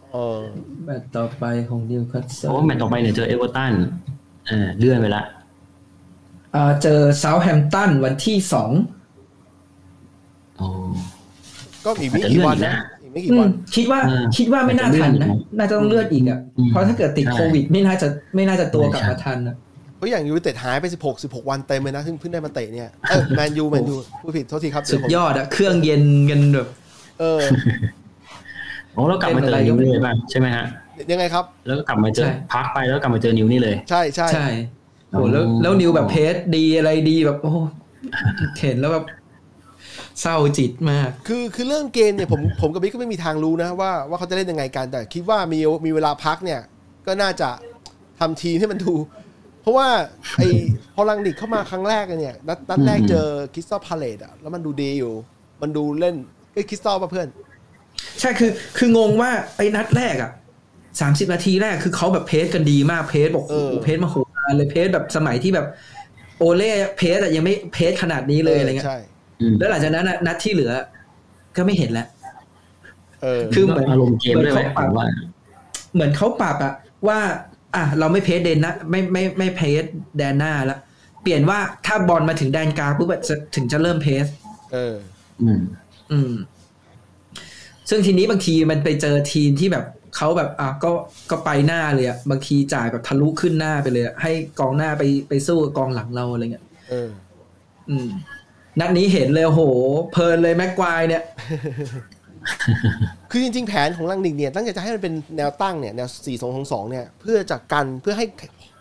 S1: เออ
S2: แมตช์ต่อไปของนิวคาสเซิล
S3: เพราะว่าแมตช์ต่อไปเนี่ยเจอเอเวอร์ตันอ่าเลื่อนไปละ
S2: อ่าเจอเซาท์แฮมป์ตันวันที่สอง
S3: โอ้
S1: ก็อีกไม่กี่วันนะ อีกไม่กี่วัน
S2: อืมคิดว่า
S3: เออ
S2: คิดว่าไม่น่าทันนะน่าจะต้องเลือดอีกอ่ะ
S3: อืม
S2: เพราะถ้าเกิดติด
S3: ใช่
S2: โควิด ไม่น่าจะไม่น่าจะตัวกลับ
S3: ใช่
S2: มาทันนะ
S1: เพราะอย่างยูไนเต็ดหายไป 16 16 วันเต็มเลยนะซึ่งเพิ่งได้มาเตะเนี่ย เออแมนยูแมนยูพูดผิดโทษทีครับ
S2: สุดยอดอ่ะเครื่องเย็นกันแบบ
S1: เออ [LAUGHS]
S3: โอ้แล้วกลับมาเจอนิวนี่เลยป่ะใช่ไหมฮะ
S1: ยังไงครับ
S3: แล้วก็กลับมาเจอพักไปแล้วกลับมาเจอนิวนี่เลย
S1: ใช่ใช่
S2: ใช่โหแล้วแล้วนิวแบบเพจดีอะไรดีแบบ [LAUGHS] โอ้โหเห็นแล้วแบบเศร้าจิตมาก
S1: คือคือเรื่องเกมเนี่ยผมผมกับบิ๊กก็ไม่มีทางรู้นะว่าว่าเขาจะเล่นยังไงกัน แต่คิดว่ามีมีเวลาพักเนี่ย ก็น่าจะทำทีมให้มันดู เพราะว่าไอ้พอลังนิกเข้ามาครั้งแรกเนี่ยนัดนัดแรกเจอคริสตัลพาเลตอะแล้วมันดูดีอยู่ มันดูเล่นเอ้ยคริสตัลป่ะเพื่อน
S2: ใช่คือคืองงว่าไอ้นัดแรกอ่ะสามสิบนาทีแรกคือเขาแบบเพจกันดีมากเพจบอก
S1: เอ
S2: โอ้
S1: อ
S2: โหเพจมาโหฬารเลยเพจแบบสมัยที่แบบ โอเล่เพจอะยังไม่เพจขนาดนี้เลยอะไรเงี้ย
S1: ใช่
S3: อืม
S2: แล้วหลังจากนั้นอะนัดที่เหลือ ก็ไม่เห็นแล้ว
S1: เออ
S2: คือเหมือน
S3: อารมณ์เกมด้วยไหมผมว่า
S2: เหมือนเขาปรับอะว่า อ่ะเราไม่เพสเดนนะไม่ไม่ไม่เพสแดนหน้าละเปลี่ยนว่าถ้าบอลมาถึงแดนกลางปุ๊บอะจะถึงจะเริ่มเพส
S1: เออ
S3: อืม
S2: อืม ซึ่งทีนี้บางทีมันไปเจอทีมที่แบบเขาแบบอ่ะก็ก็ไปหน้าเลยอะบางทีจ่ายแบบทะลุขึ้นหน้าไปเลยอะให้กองหน้าไปไปสู้กับกองหลังเราอะไรเงี้ย
S1: เออ
S2: อืม นัดนี้เห็นเลยโอ้โห เพลินเลยแม็กควายเนี่ย
S1: คือจริงๆ แผนของลังนิกเนี่ยตั้งใจจะให้มันเป็นแนวตั้งเนี่ยแนว 4 2 2 2 เนี่ย เพื่อจะกันเพื่อให้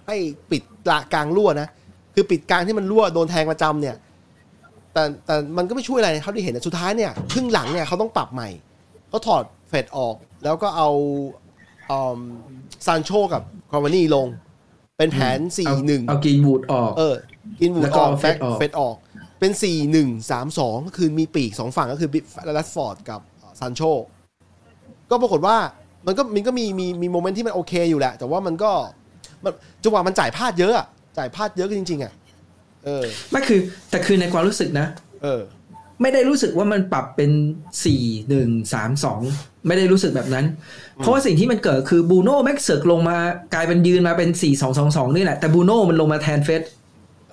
S1: ให้ปิดละกลางรั่วนะ คือปิดกลางที่มันรั่วโดนแทงประจำเนี่ย แต่แต่มันก็ไม่ช่วยอะไรนะเขาที่เห็นนะสุดท้ายเนี่ยครึ่งหลังเนี่ยเขาต้องปรับใหม่เขาถอดเฟดออก แล้วก็เอาซานโชกับคอมวานี่ลง เป็นแผน 4
S2: เอา
S1: 1
S2: เอากินบูดออก
S1: เออ อินวู
S2: แล้
S1: ด
S2: ว
S1: อ
S2: ก็
S1: อก
S2: เอา
S1: เฟ
S2: Fed
S1: ด
S2: ออก
S1: เฟดออก เป็นสี่หนึ่งสามสองก็คือมีปีกสองฝั่งก็คือลัสฟอร์ดกับซานโชก็ปรากฏว่ามันก็มันก็มีมีมีโมเมนต์ที่มันโอเคอยู่แหละ แต่ว่ามันก็มันจังหวะมันจ่ายพลาดเยอะอะจ่ายพลาดเยอะจริง ๆ อ่ะ เออ
S2: ไม่คือ แต่คือในความรู้สึกนะ
S1: เออ
S2: ไม่ได้รู้สึกว่ามันปรับเป็นสี่หนึ่งสามสองไม่ได้รู้สึกแบบนั้น เพราะว่าสิ่งที่มันเกิดคือบูโน่แม็กเซิร์กลงมากลายเป็นยืนมาเป็นสี่สองสองสองนี่แหละ แต่บูโน่มันลงมาแทนเฟส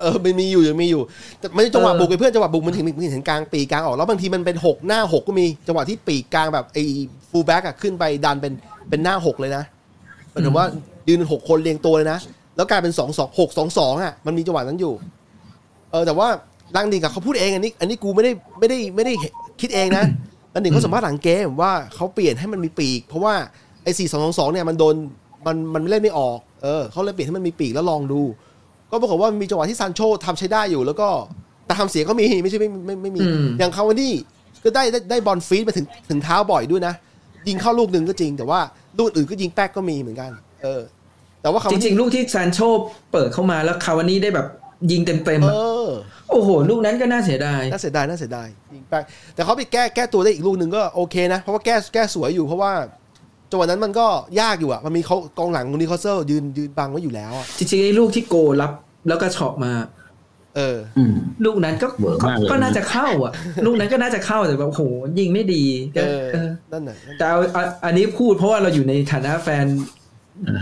S1: เออมันมีอยู่ยังมีอยู่ แต่มันจังหวะ
S2: เออ
S1: บุกไอ้เพื่อนจังหวะบุกมันถึงมันถึงกลางปีกกลางออกแล้วบางทีมันเป็นหกหน้าหกก็มีจังหวะที่ปีกกลางแบบไอ้ฟูลแบ็กอะขึ้นไปดันเป็นเป็นหน้าหกเลยนะหมายถึงว่ายืนหกคนเรียงตัวเลยนะ แล้วกลายเป็นสองสองหกสองสองอะมันมีจังหวะนั้นอยู่ เออแต่ว่าลังดิงกับเขาพูดเองอันนี้ อันนี้กูไม่ได้ไม่ได้ไม่ได้คิดเองนะ ลังดิงเขาสัมภาษณ์หลังเกมว่าเขาเปลี่ยนให้มันมีปีก เพราะว่าไอ้สี่สองสองสองเนี่ยมันโดนมันมันเล่นไม่ออกเออเขาเลยเปลี่ยนให้มันมีปีกแล้วลองดู ก็ปรากฏว่ามีจังหวะที่ซานโชทำใช้ได้อยู่แล้วก็แต่ทำเสียก็มีไม่ใช่ไม่ไม่ไม่ไมมี
S2: อืม
S1: อย่างคาวานี่ก็ได้ได้ได้บอลฟรีดมาถึงถึงเท้าบ่อยด้วยนะ ยิงเข้าลูกหนึ่งก็จริง แต่ว่าลูกอื่นก็ยิงแป๊กก็มีเหมือนกัน เออ แต่ว่าคาวา
S2: จ
S1: นี่
S2: ริงๆ ลูกที่ซานโชเปิดเข้ามาแล้วคาวานี่ได้แบบยิงเต็มๆ
S1: เออ
S2: อะโอ้โห ลูกนั้นก็น่าเสียดาย
S1: น่าเสียดายน่าเสียดายยิงไปแต่เขาไปแก้แก้ตัวได้อีกลูกหนึ่งก็โอเคนะ เพราะว่าแก้แก้สวยอยู่เพราะว่าจังหวะนั้นมันก็ยากอยู่อ่ะ มันมีเขากองหลังของนิโคาสเซลยืนยืนบังไว้อยู่แล้วอะ
S2: จริงๆไอ้ลูกที่โกรับแล้วก็เฉาะมา
S1: เออ
S3: อืม
S2: ลูกนั้นก็
S3: เวอร์มากเลย
S2: ก็น่าจะเข้าอ่ะ ลูกนั้นก็น่าจะเข้าแต่แบบโอ้โหยิงไม่ดี
S1: เอ
S2: ก็
S1: อ
S2: เออ
S1: นั่นน่ะนั่นน่ะ
S2: แต่เอาเอาอันนี้พูดเพราะว่าเราอยู่ในฐานะแฟน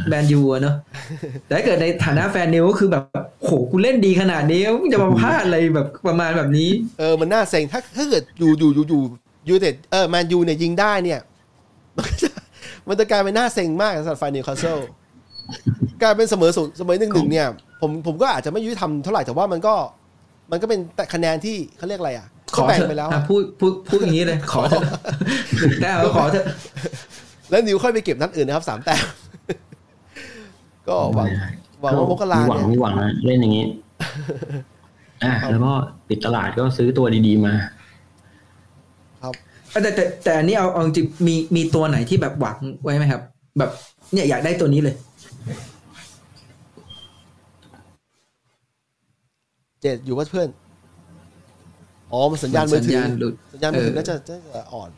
S2: แมนยูอะเนอะแต่ถ้าเกิดในฐานะแฟนนิวก็คือแบบโหกูเล่นดีขนาดนี้มึงจะมาพลาดอะไรแบบประมาณแบบนี้
S1: เออ มันน่าเซ็งถ้าถ้าเกิดอยู่อยู่อยู่อยู่ยูเต็ดเออแมนยูเนี่ยยิงได้เนี่ย [LAUGHS] มันก็จะมันจะกลายเป็นน่าเซ็งมากสำหรับฝ่ายนิโคาสเซลกลายเป็นเสมอศูนย์เสมอหนึ่งหนึ่งเนี่ย ผมผมก็อาจจะไม่ยุติธรรมเท่าไหร่แต่ว่ามันก็ มันก็เป็นแต่คะแนนที่เขาเรียกอะไรอ่ะ
S2: ขอ
S1: ก็แบ่ง
S2: เถอะ
S1: ไปแล้ว
S2: อ่ะ
S1: อะ
S2: พูดพูดพูดอย่างนี้เลยขอเถอะ [LAUGHS] ได้เอาขอเถอะ
S1: แล้วนิวค่อยไปเก็บนัดอื่นนะครับสามแต้ม ก็หวัง หวังว่ามกรา
S3: หวัง
S1: เนี่ย
S3: มีหวังนะเล่นอย่างนี้ อ่ะ
S1: ครับ
S3: แล้วก็ปิดตลาดก็ซื้อตัวดีๆมา
S1: ครับ
S2: แต่แต่แต่อันนี้เอาเอาจริงมีมีตัวไหนที่แบบหวังไว้ไหมครับ แบบเนี่ยอยากได้ตัวนี้เลย
S1: เจ็ดอยู่ว่าเพื่อน อ๋อมันสัญญาณมือถือ
S2: สัญญาณหลุด
S1: สัญญาณมือถือ
S2: เออ
S1: น่าจะน่าจะอ่อน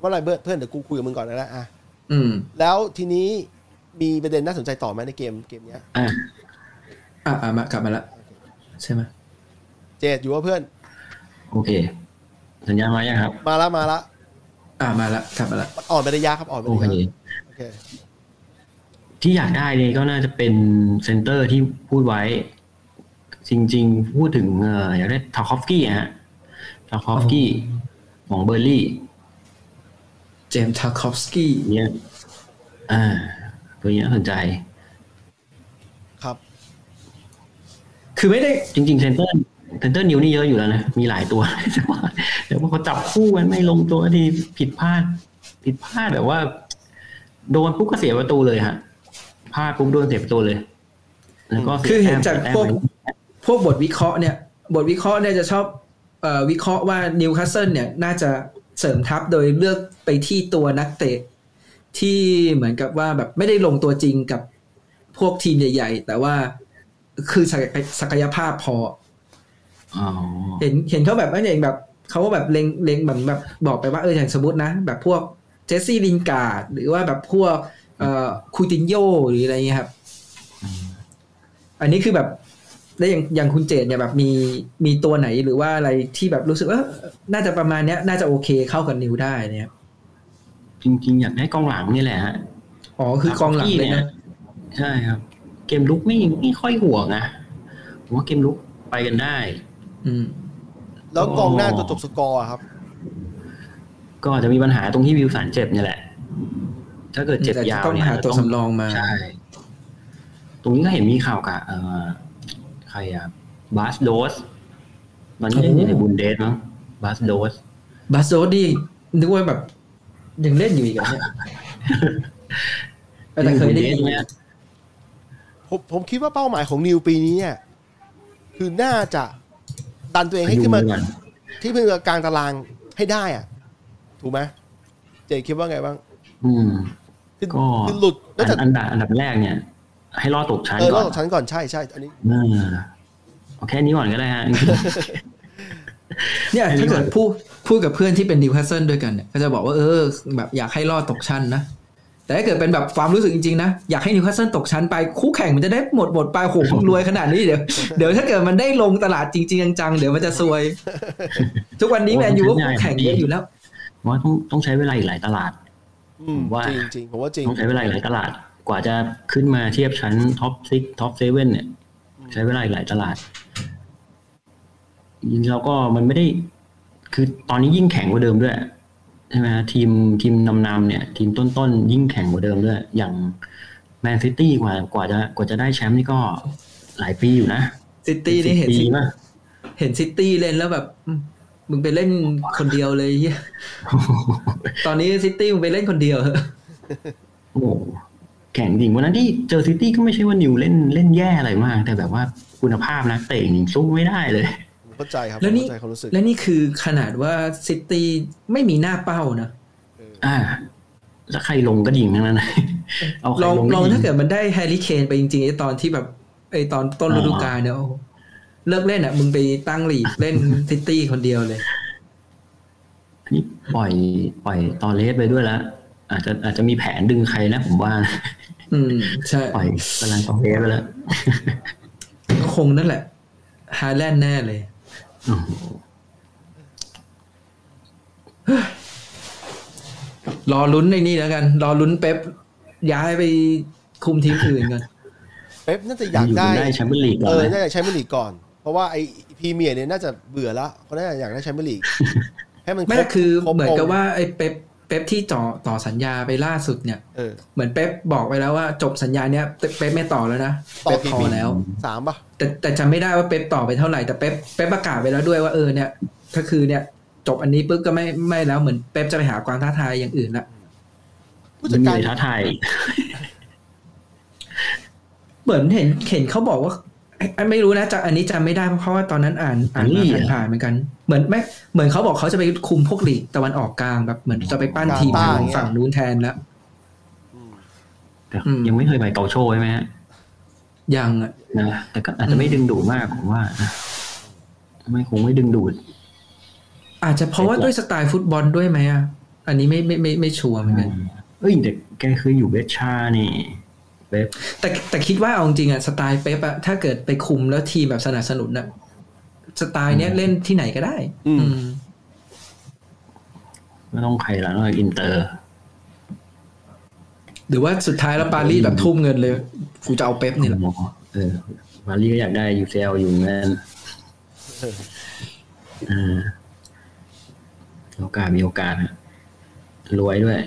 S1: ว่าอะไรเพื่อนเพื่อนเดี๋ยวกูคุยกับมึงก่อนนะนะอ่ะ
S2: อืม
S1: แล้วทีนี้มีประเด็นน่าสนใจต่อไหมในเกมเกมเนี้ย
S3: อ่ะ
S2: อ่ะอ่ะมากลับมาละใช่ไหม
S1: เจ็ดอยู่ว่าเพื่อน
S3: โอเค สัญญาณมายังครับ
S1: มาละมาละ
S2: อ่ะมาละกลับมาละ
S1: มันอ่อนไประยะครับอ่อนไประ
S3: โอเค
S1: ยะโอเค
S3: ที่อยากได้เนี่ยก็น่าจะเป็นเซนเตอร์ที่พูดไว้ จริงๆ พูดถึงเอ่ออยากได้ทาคอฟกี้ฮะทาคอฟกี้ของเบอร์ลี่
S2: เจมส์ทาคอฟสกี้
S3: เนี้ยอ่า ตัวนี้น่าสนใจ
S1: ครับ
S2: คือไม่ได้
S3: จริงๆเซนเตอร์เซนเตอร์นิวนี่เยอะอยู่แล้วนะ มีหลายตัว [LAUGHS] แต่ว่าแต่ว่าเขาจับคู่กันไม่ลงตัวทีผิดพลาด ผิดพลาดแบบว่า โดนปุ๊บก็เสียประตูเลยฮะพลาดปุ๊บโดนเสียประตูเลย แล้วก็สีย
S2: คือเห็น
S3: แต้ม
S2: จาก
S3: แต้ม
S2: พวก
S3: ไป
S2: พวกบทวิเคราะห์เนี่ย บทวิเคราะห์เนี่ยจะชอบเอ่อวิเคราะห์ว่านิวคาสเซิลเนี่ยน่าจะเสริมทัพโดยเลือกไปที่ตัวนักเตะ ที่เหมือนกับว่าแบบไม่ได้ลงตัวจริงกับพวกทีมใหญ่ ๆ แต่ว่าคือศักยศักยภาพพอ
S3: อ๋อ
S2: เห็นเห็นเขาแบบว่าอย่างแบบเขาแบบเล็งเล็งแบบแบบบอกไปว่าเอออย่างสมมตินะ แบบพวกเจสซี่ลินการ์ดหรือว่าแบบพวกเอ่อคูตินโยหรืออะไรเงี้ยครับ อันนี้คือแบบได้วอย่างอย่างคุณเจตเนี่ยแบบมีมีตัวไหนหรือว่าอะไรที่แบบรู้สึกว่าเออน่าจะประมาณเนี้ย น่าจะโอเคเข้ากับนิวได้เนี่ย
S3: จริง ๆ อยากได้กองหลังนี่แหละฮะ
S2: อ๋อคือกองหลังเลยนะ
S3: ใช่ครับ เกมลุกไม่ไม่ค่อยห่วงนะผมว่าเกมลุกไปกันได้
S2: อืม
S1: แล้วกองหน้าตัวจบสกอร์อะครับ
S3: ก็อาจจะมีปัญหาตรงที่วิวสันเจ็บเนี่ยแหละ ถ้าเกิดเจ็บ
S2: แต่จะ
S3: ยาว
S2: ต้อง
S3: เนี่ย
S2: หาตัวสำรองมา
S3: ใช่ ตรงนี้ก็เห็นมีข่าวกับเอ่อใครอะบาสโดส มันไม่ได้อยู่ในบุนเดสมั้งบาสโดส
S2: บาสโซดีนึกว่าแบบ ยังเล่นอยู่อีกเหรอเนี่ยแต่เคยได้ยิน
S3: ไหม
S1: ผมผมคิดว่าเป้าหมายของนิวปีนี้เนี่ยคือน่าจะดันตัวเองให้ขึ้นมา
S3: ก่อน
S1: ที่เพื่อกลางตารางให้ได้อ่ะ ถูกไหมเจคิดว่าไงบ้าง
S3: อืม
S1: คือ
S3: ก็
S1: คือหลุดแล้วจาก
S3: อันดับอันดับแรกเนี่ย ให้รอดตกชั้น
S1: เออ
S3: ก่
S1: รอด
S3: อน
S1: ตกชั้นก่อนใช่ใช่อันนี้
S3: เออเอาแค่นี้ก่อนก็ได้ฮะ
S2: เนี่ยถ้าเกิดพูดพูดกับเพื่อนที่เป็นนิวคาสเซิลด้วยกันเนี่ยก็จะบอกว่าเออแบบอยากให้รอดตกชั้นนะ แต่ถ้าเกิดเป็นแบบความรู้สึกจริงๆนะ อยากให้นิวคาสเซิลตกชั้นไปคู่แข่งมันจะได้หมดบทไปโอ้โห
S1: [LAUGHS]
S2: มึงรวยขนาดนี้เดี๋ยวเดี๋ยวถ้าเกิดมันได้ลงตลาดจริงๆจังๆเดี๋ยวมันจะซวย
S1: [LAUGHS]
S2: ทุกวันนี้แมนยูก็คู่แข่งเยอะอยู่แล้ว
S3: ผมว่าต้องต้องใช้เวลาอีกหลายตลาด
S1: อืม
S3: ว่า
S1: จริงจริงผมว่าจริง
S3: ต้องใช้เวลาอีกหลายตลาด กว่าจะขึ้นมาเทียบชั้นท็อปซิกท็อปเซเว่นเนี่ย ใช้เวลาอีกหลายตลาดยิงๆแล้วก็มันไม่ได้ คือตอนนี้ยิ่งแข็งกว่าเดิมด้วยใช่ไหมฮะทีมทีมนำนำๆเนี่ย ทีมต้นๆยิ่งแข็งกว่าเดิมด้วย อย่างแมนซิตี้กว่ากว่าจะกว่าจะได้แชมป์นี่ก็หลายปีอยู่นะ
S2: ซิตี้นี่เห็น
S3: สิบ
S2: ซิ
S3: ปีป่ะ
S2: เห็นซิตี้เล่นแล้วแบบอืมมึงไปเล่นคนเดียวเลยเหี้ย
S3: [LAUGHS]
S2: ตอนนี้ซิตี้มึงไปเล่นคนเดียวเหอะ
S3: โอ้โหแข่งจริงวันนั้นที่เจอซิตี้ก็ไม่ใช่ว่านิวเล่นเล่นแย่อะไรมาก แต่แบบว่าคุณภาพนักเตะนี่สู้ไม่ได้เลย
S1: ผมเข้าใจครับ
S2: แล้วนี่
S1: ผมเข้าใจความรู้สึก
S2: แล้วนี่คือขนาดว่าซิตี้ไม่มีหน้าเป้านะ
S3: อ่าแล้วใครลงก็ยิงทั้งนั้นนะเอาใคร
S2: ลอง
S3: ล
S2: ล
S3: ง
S2: อง
S3: ก็ยิ
S2: ถ้าง เกิดมันได้แฮร์รี่เคนไปจริงๆไอ้ตอนที่แบบไอ้ตอนต้นฤดูกาลเนี่ยโอ้โหเลิกเล่นอ่ะ มึงไปตั้งหลีกเล่นซิตี้คนเดียวเลย
S3: อันนี้ปล่อยปล่อยตอเลสไปด้วยแล้วอาจจะอาจจะมีแผนดึงใครนะผมว่านะ [LAUGHS]
S2: อืม ใช่
S3: ปล่อยกำลังตอเลสไปแล้ว
S2: คงนั่นแหละฮาแลนด์แน่เลย
S3: โอ้โห
S2: รอลุ้นในนี่แล้วกัน รอลุ้นเป๊ปย้ายไปคุมทีมอื่นกัน
S1: เป๊ปน่าจะอยากได้
S3: ได้แชมเปี้ยนลีกก่
S1: เอ
S3: อน
S1: อ
S3: นะ
S1: น่าจะใช้เมลีกก่อน เพราะว่าไอพรีเมียร์เนี่ยน่าจะเบื่อละเขาน่าจะอยากได้ใช้เมลีก ให้มัน
S2: ไม่
S1: ร
S2: แต่
S1: บ
S2: คือ
S1: รบ
S2: เหมือนกับ
S1: งค์
S2: ว่าไอ้เป๊ปเป๊ปที่ต่อต่อสัญญาไปล่าสุดเนี่ย
S1: เออ
S2: เหมือนเป๊ปบอกไปแล้วว่าจบสัญญาเนี้ยเป๊ปไม่ต่อแล้วนะ
S1: ต่อ
S2: เป๊ป
S1: กี่
S2: พอ
S1: ปี
S2: แล้ว
S1: สามป่ะ
S2: แต่แต่จำไม่ได้ว่าเป๊ปต่อไปเท่าไหร่แต่เป๊ปเป๊ปประกาศไปแล้วด้วยว่าเออเนี่ยถ้าคือเนี่ยจบอันนี้ปุ๊บก็ไม่ไม่แล้วเหมือนเป๊ปจะไปหาความท้าทายอย่างอื่นละ
S1: ผู้
S3: ไม่
S1: จัด
S3: มี
S1: การ
S3: อะไรท้าทาย
S2: เหมือนเห็นเห็นเขาบอกว่าไอ้ไอ้ไม่รู้นะจากอันนี้จำไม่ได้เพราะว่าตอนนั้นอ่านอ่านมาผ่านๆเหมือนกัน เหมือนไม่เหมือนเขาบอกเขาจะไปคุมพวกลีกตะวันออกกลางแบบเหมือนจะไปปั้นทีมทางฝั่งนู้นแทนแล้ว
S1: อืม
S3: แต่
S2: อืม
S3: ยังไม่เคยไปเกาโชว์ใช่ไหมฮะ
S2: ยังอะ
S3: นะแต่ก็อาจจะไม่ดึงดูดมากผมว่านะไม่คงไม่ดึงดูด
S2: อาจจะเพราะว่าด้วยสไตล์ฟุตบอลด้วยไหมอ่ะอันนี้ไม่ไม่ไม่ไม่ชัวร์เหมือนกัน
S3: เอ้ยแต่แกเคยอยู่เวสชานี่เวส
S2: แต่แต่คิดว่าเอาจริงๆอะสไตล์เป๊ปอะถ้าเกิดไปคุมแล้วทีมแบบสนับสนุนอะสไตล์เนี้ยเล่นที่ไหนก็ได้
S1: อืม
S2: อืม
S3: ไม่ต้องใครแล้วนะอินเตอร์
S2: หรือว่าสุดท้ายแล้วปารีสแบบทุ่มเงินเลยกูจะเอาเป๊ปนี่แหละ
S3: เออมารีก็อยากได้ยูเซลอยู่เหมือนกันเออโอกาสมีโอกาสฮะรวยด้วย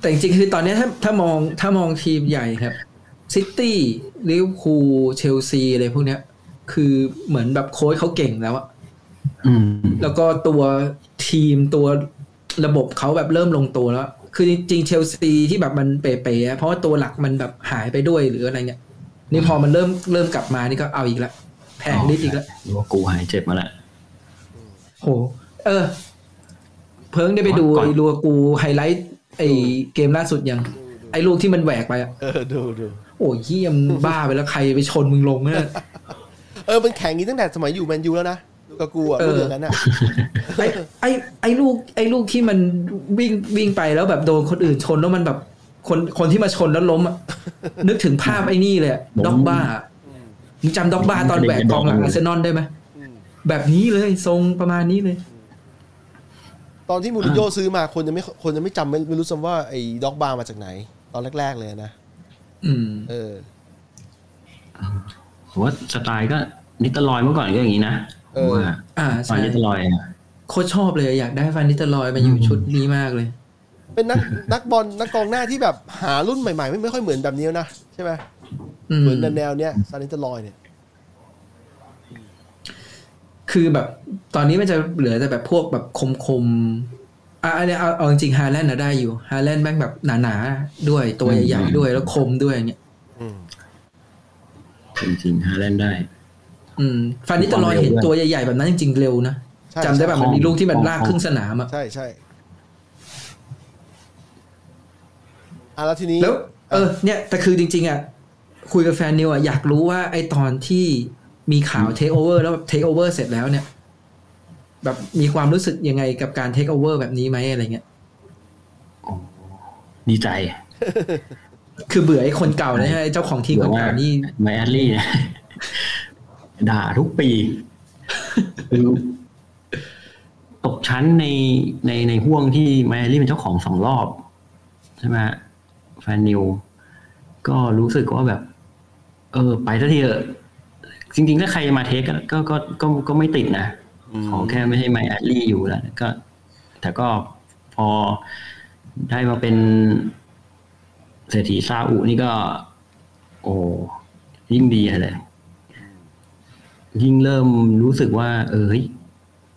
S2: แต่จริงๆคือตอนเนี้ยถ้าถ้ามองถ้ามองทีมใหญ่ครับซิตี้ลิเวอร์พูลเชลซีอะไรพวกเนี้ย คือเหมือนแบบโค้ชเขาเก่งแล้วอะ
S3: อืม
S2: แล้วก็ตัวทีมตัวระบบเขาแบบเริ่มลงตัวแล้ว คือจริงๆเชลซีที่แบบมันเป๋ๆอะเพราะว่าตัวหลักมันแบบหายไปด้วยหรืออะไรเงี้ย นี่พอมันเริ่มเริ่มกลับมานี่ก็เอาอีกละแพงนิดอีกละ
S3: รู้ว่ากูหายเจ็บมาละ
S2: โห เออ เพิ่งได้ไปดู
S3: ก่อน
S2: ไอ้ลัวกูไฮไลท์ไอ้เกมล่าสุดยัง ไอ้ลูกที่มันแหวกไปอะ
S1: เออ ดูดู
S2: โอ้ยเยี่ยมงบ้าไปแล้วใครไปชนมึงลงเนี่ย
S1: เออ มันแข่งนี้ตั้งแต่สมัยอยู่แมนยูแล้วนะลูกากูอ่ะ
S2: เออ
S1: รู้เรื่องนั้นอ่ะ
S2: ไอ้ไอ้ไอ้ลูกไอ้ลูกที่มันวิ่งวิ่งไปแล้วแบบโดนคนอื่นชนแล้วมันแบบคนคนที่มาชนแล้วล้ม [LAUGHS] อะนึกถึงภาพไอ้นี่เลยอะด็อกบ้ามึงจำด็อกบ้าตอนแหวกกองหลังอาร์เซนอลได้ไหม
S1: อืม
S2: แบบนี้เลยทรงประมาณนี้เลย
S1: ตอนที่มูรินโญ่ซื้อมาคนยังไม่คนยังไม่จำไม่ไม่รู้ซ้ำว่าไอ้ด็อกบาร์มาจากไหน ตอนแรก ๆ เลยนะ
S2: อืม
S1: เออ
S3: ผมว่าสไตล์ก็นิตลอยเมื่อก่อนก็อย่างนี้นะ
S1: เอ
S3: ผม
S1: อ
S3: ว่า
S2: อ่า
S3: ตอน
S2: ใช่
S3: นิตลอยอะ
S2: โคตรชอบเลยอยากได้ฟันนิตลอยมาอยู่ชุดนี้มากเลย
S1: เป็นนักนักบอลนักกองหน้าที่แบบหารุ่นใหม่ๆ ไม่ไม่ค่อยเหมือนแบบนี้นะใช่ไหม
S2: อืม
S1: เหมือนแนวๆเนี้ยซานิตลอยเนี่ย
S2: คือแบบตอนนี้มันจะเหลือแต่แบบพวกแบบคมคม อ่ะอันเนี้ยเอาเอาจริงฮาแลนด์น่ะได้อยู่ฮาแลนด์แม่งแบบหนาๆด้วยตัวใหญ่ๆด้วยแล้วคมด้วยอย่างเงี้ย
S1: อืม
S3: จริงๆฮาแลนด์ได้
S2: อืมฟานนิสเตอร์ลอยเห็นตัวใหญ่ๆแบบนั้นจริงๆเร็วนะ
S1: ใช่
S2: จำได้แบบมันมีลูกที่มันลาก
S3: ของ
S2: ครึ่งสนามอะ
S1: ใช่ใช่อ่ะแล้วทีนี้
S2: แล้วเออเนี่ยแต่คือจริง ๆอ่ะคุยกับแฟนนิวอ่ะอยากรู้ว่าไอตอนที่มีข่าวเทคโอเวอร์แล้วแบบเทคโอเวอร์เสร็จแล้วเนี่ย แบบมีความรู้สึกยังไงกับการเทคโอเวอร์แบบนี้ไหมอะไรเงี้ย
S3: โอ้ดีใจ
S2: คือเบื่อไอคนเก่านะฮะไอ้เจ้าของทีม
S3: แบ
S2: ค
S3: บ
S2: น
S3: ว่า
S2: เก่านี่
S3: ไมแอดลี่ [LAUGHS] เนี่ยด่าทุกปี [LAUGHS] คือตกชั้นในในในห่วงที่ไมแอดลี่เป็นเจ้าของสองรอบ ใช่ไหมฮะแฟนนิว ก็รู้สึกว่าแบบ เออ ไปซะทีเถอะจริงๆ ถ้าใครมาเทคก็ก็ก็ก็ก็ไม่ติดนะ
S1: ม
S3: ขอแค่ไม่ให้ไมอารี่อยู่แล้วก็ แต่ก็พอได้มาเป็นเศรษฐีซาอุนี่ก็ โอ้ยิ่งดีเลย ยิ่งเริ่มรู้สึกว่า เออเฮ้ย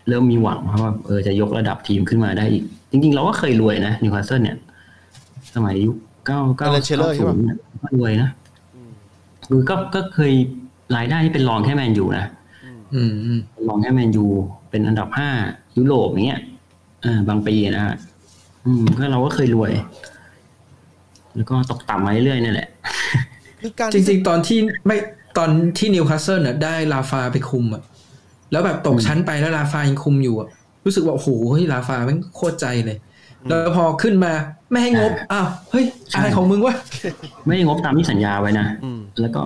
S3: เริ่มมีหวังว่าเออจะยกระดับทีมขึ้นมาได้อีก จริง ๆ เราก็เคยรวยนะนิวคาสเซิลเนี่ย สมัยยุคเก้าเก้าเก้าศูนย์เนี่ยก็รวยนะ
S1: อืม
S3: คือก็ก็เคยรายได้ที่เป็นรองแค่แมนยูนะ
S1: อืม
S2: อืมอืม
S3: ลองให้แมนยูเป็นอันดับห้ายุโรปอย่างเงี้ยเออบางปีนะฮะอืมก็เราก็เคยรวย แล้วก็ตกต่ำมาเรื่อยๆนี่แหละ
S1: คือการ
S2: จริง ๆ ตอนที่ไม่ตอนที่นิวคาสเซิลน่ะได้ลาฟาไปคุมอ่ะแล้วแบบตกชั้นไปแล้วลาฟายังคุมอยู่อ่ะรู้สึกว่าโอ้โหเฮ้ยลาฟาแม่งโคตรใจเลยแล้วพอขึ้นมาไม่ให้งบอ้าวเฮ้ยอะไรของมึงวะ
S3: ไม่ได้งบตามที่สัญญาไว้นะ
S1: อืม
S3: แล้วก็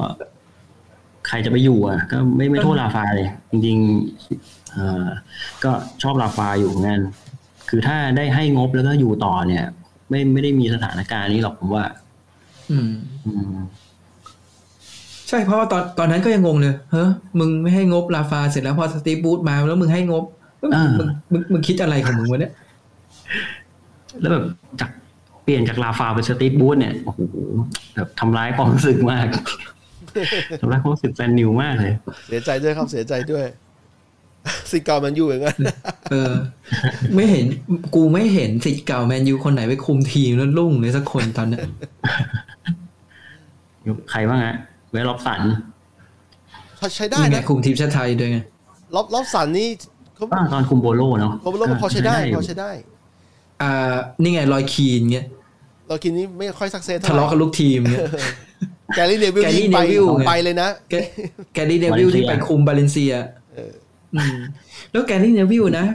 S3: ใครจะไปอยู่อ่ะ ก็ไม่ไม่โทษลาฟาเลย จริงๆเอ่อก็ชอบลาฟาอยู่เหมือนกันคือถ้าได้ให้งบแล้วก็อยู่ต่อเนี่ย ไม่ไม่ได้มีสถานการณ์นี้หรอกผมว่า
S2: อืม
S3: อืม
S2: ใช่เพราะว่าตอนตอนนั้นก็ยังงงเลยเฮ้ยมึงไม่ให้งบลาฟาเสร็จแล้วพอสตีฟบูธมาแล้วมึงให้งบเอ้ย
S3: อ่ามึ
S2: มึงมึงมึงคิดอะไรของมึงวะเนี่ย
S3: แล้วแบบจากเปลี่ยนจากลาฟาเป็นสตีฟบูธเนี่ยโอ้โหแบบทำร้ายความรู้สึกมาก ทำร้ายความรู้สึกแฟนนิวมากเลย
S1: เสียใจด้วยครับเสียใจด้วยสิงเกามันอยู่อย่างนั้น
S2: เออ ไม่เห็นกูไม่เห็นสิทธิ์เก่าแมนยูคนไหนไปคุมทีมแล้วลุ่งเลยสักคนตอนเนี้ย
S3: ใครบ้างฮะเวลล็อบสัน
S1: พอใช้ได้
S2: นี่ไง
S1: นะ
S2: คุมทีมชาติไทยด้วยไง
S1: รอบรอบสันนี่เขา
S3: อ่าตอนคุมโบโลเนาะ
S1: เขาบอกว่าพอใช้ได้พอใช้ได้
S2: อ่า นี่ไงลอยคีนเงี้ย
S1: เรากินนี้ไม่ค่อยสักเซส
S2: ทะเลาะกับลูกทีมเงี้ย
S1: แกลลี่เดวิล
S2: Gary
S1: ยิงไป
S2: Neville ไง
S1: ไปเลยนะ
S2: แกแกรี่เดวิลที่ไปคุมบาเลนเซีย
S1: เออ
S2: อืมแล้วแกรี่เดวิลนะ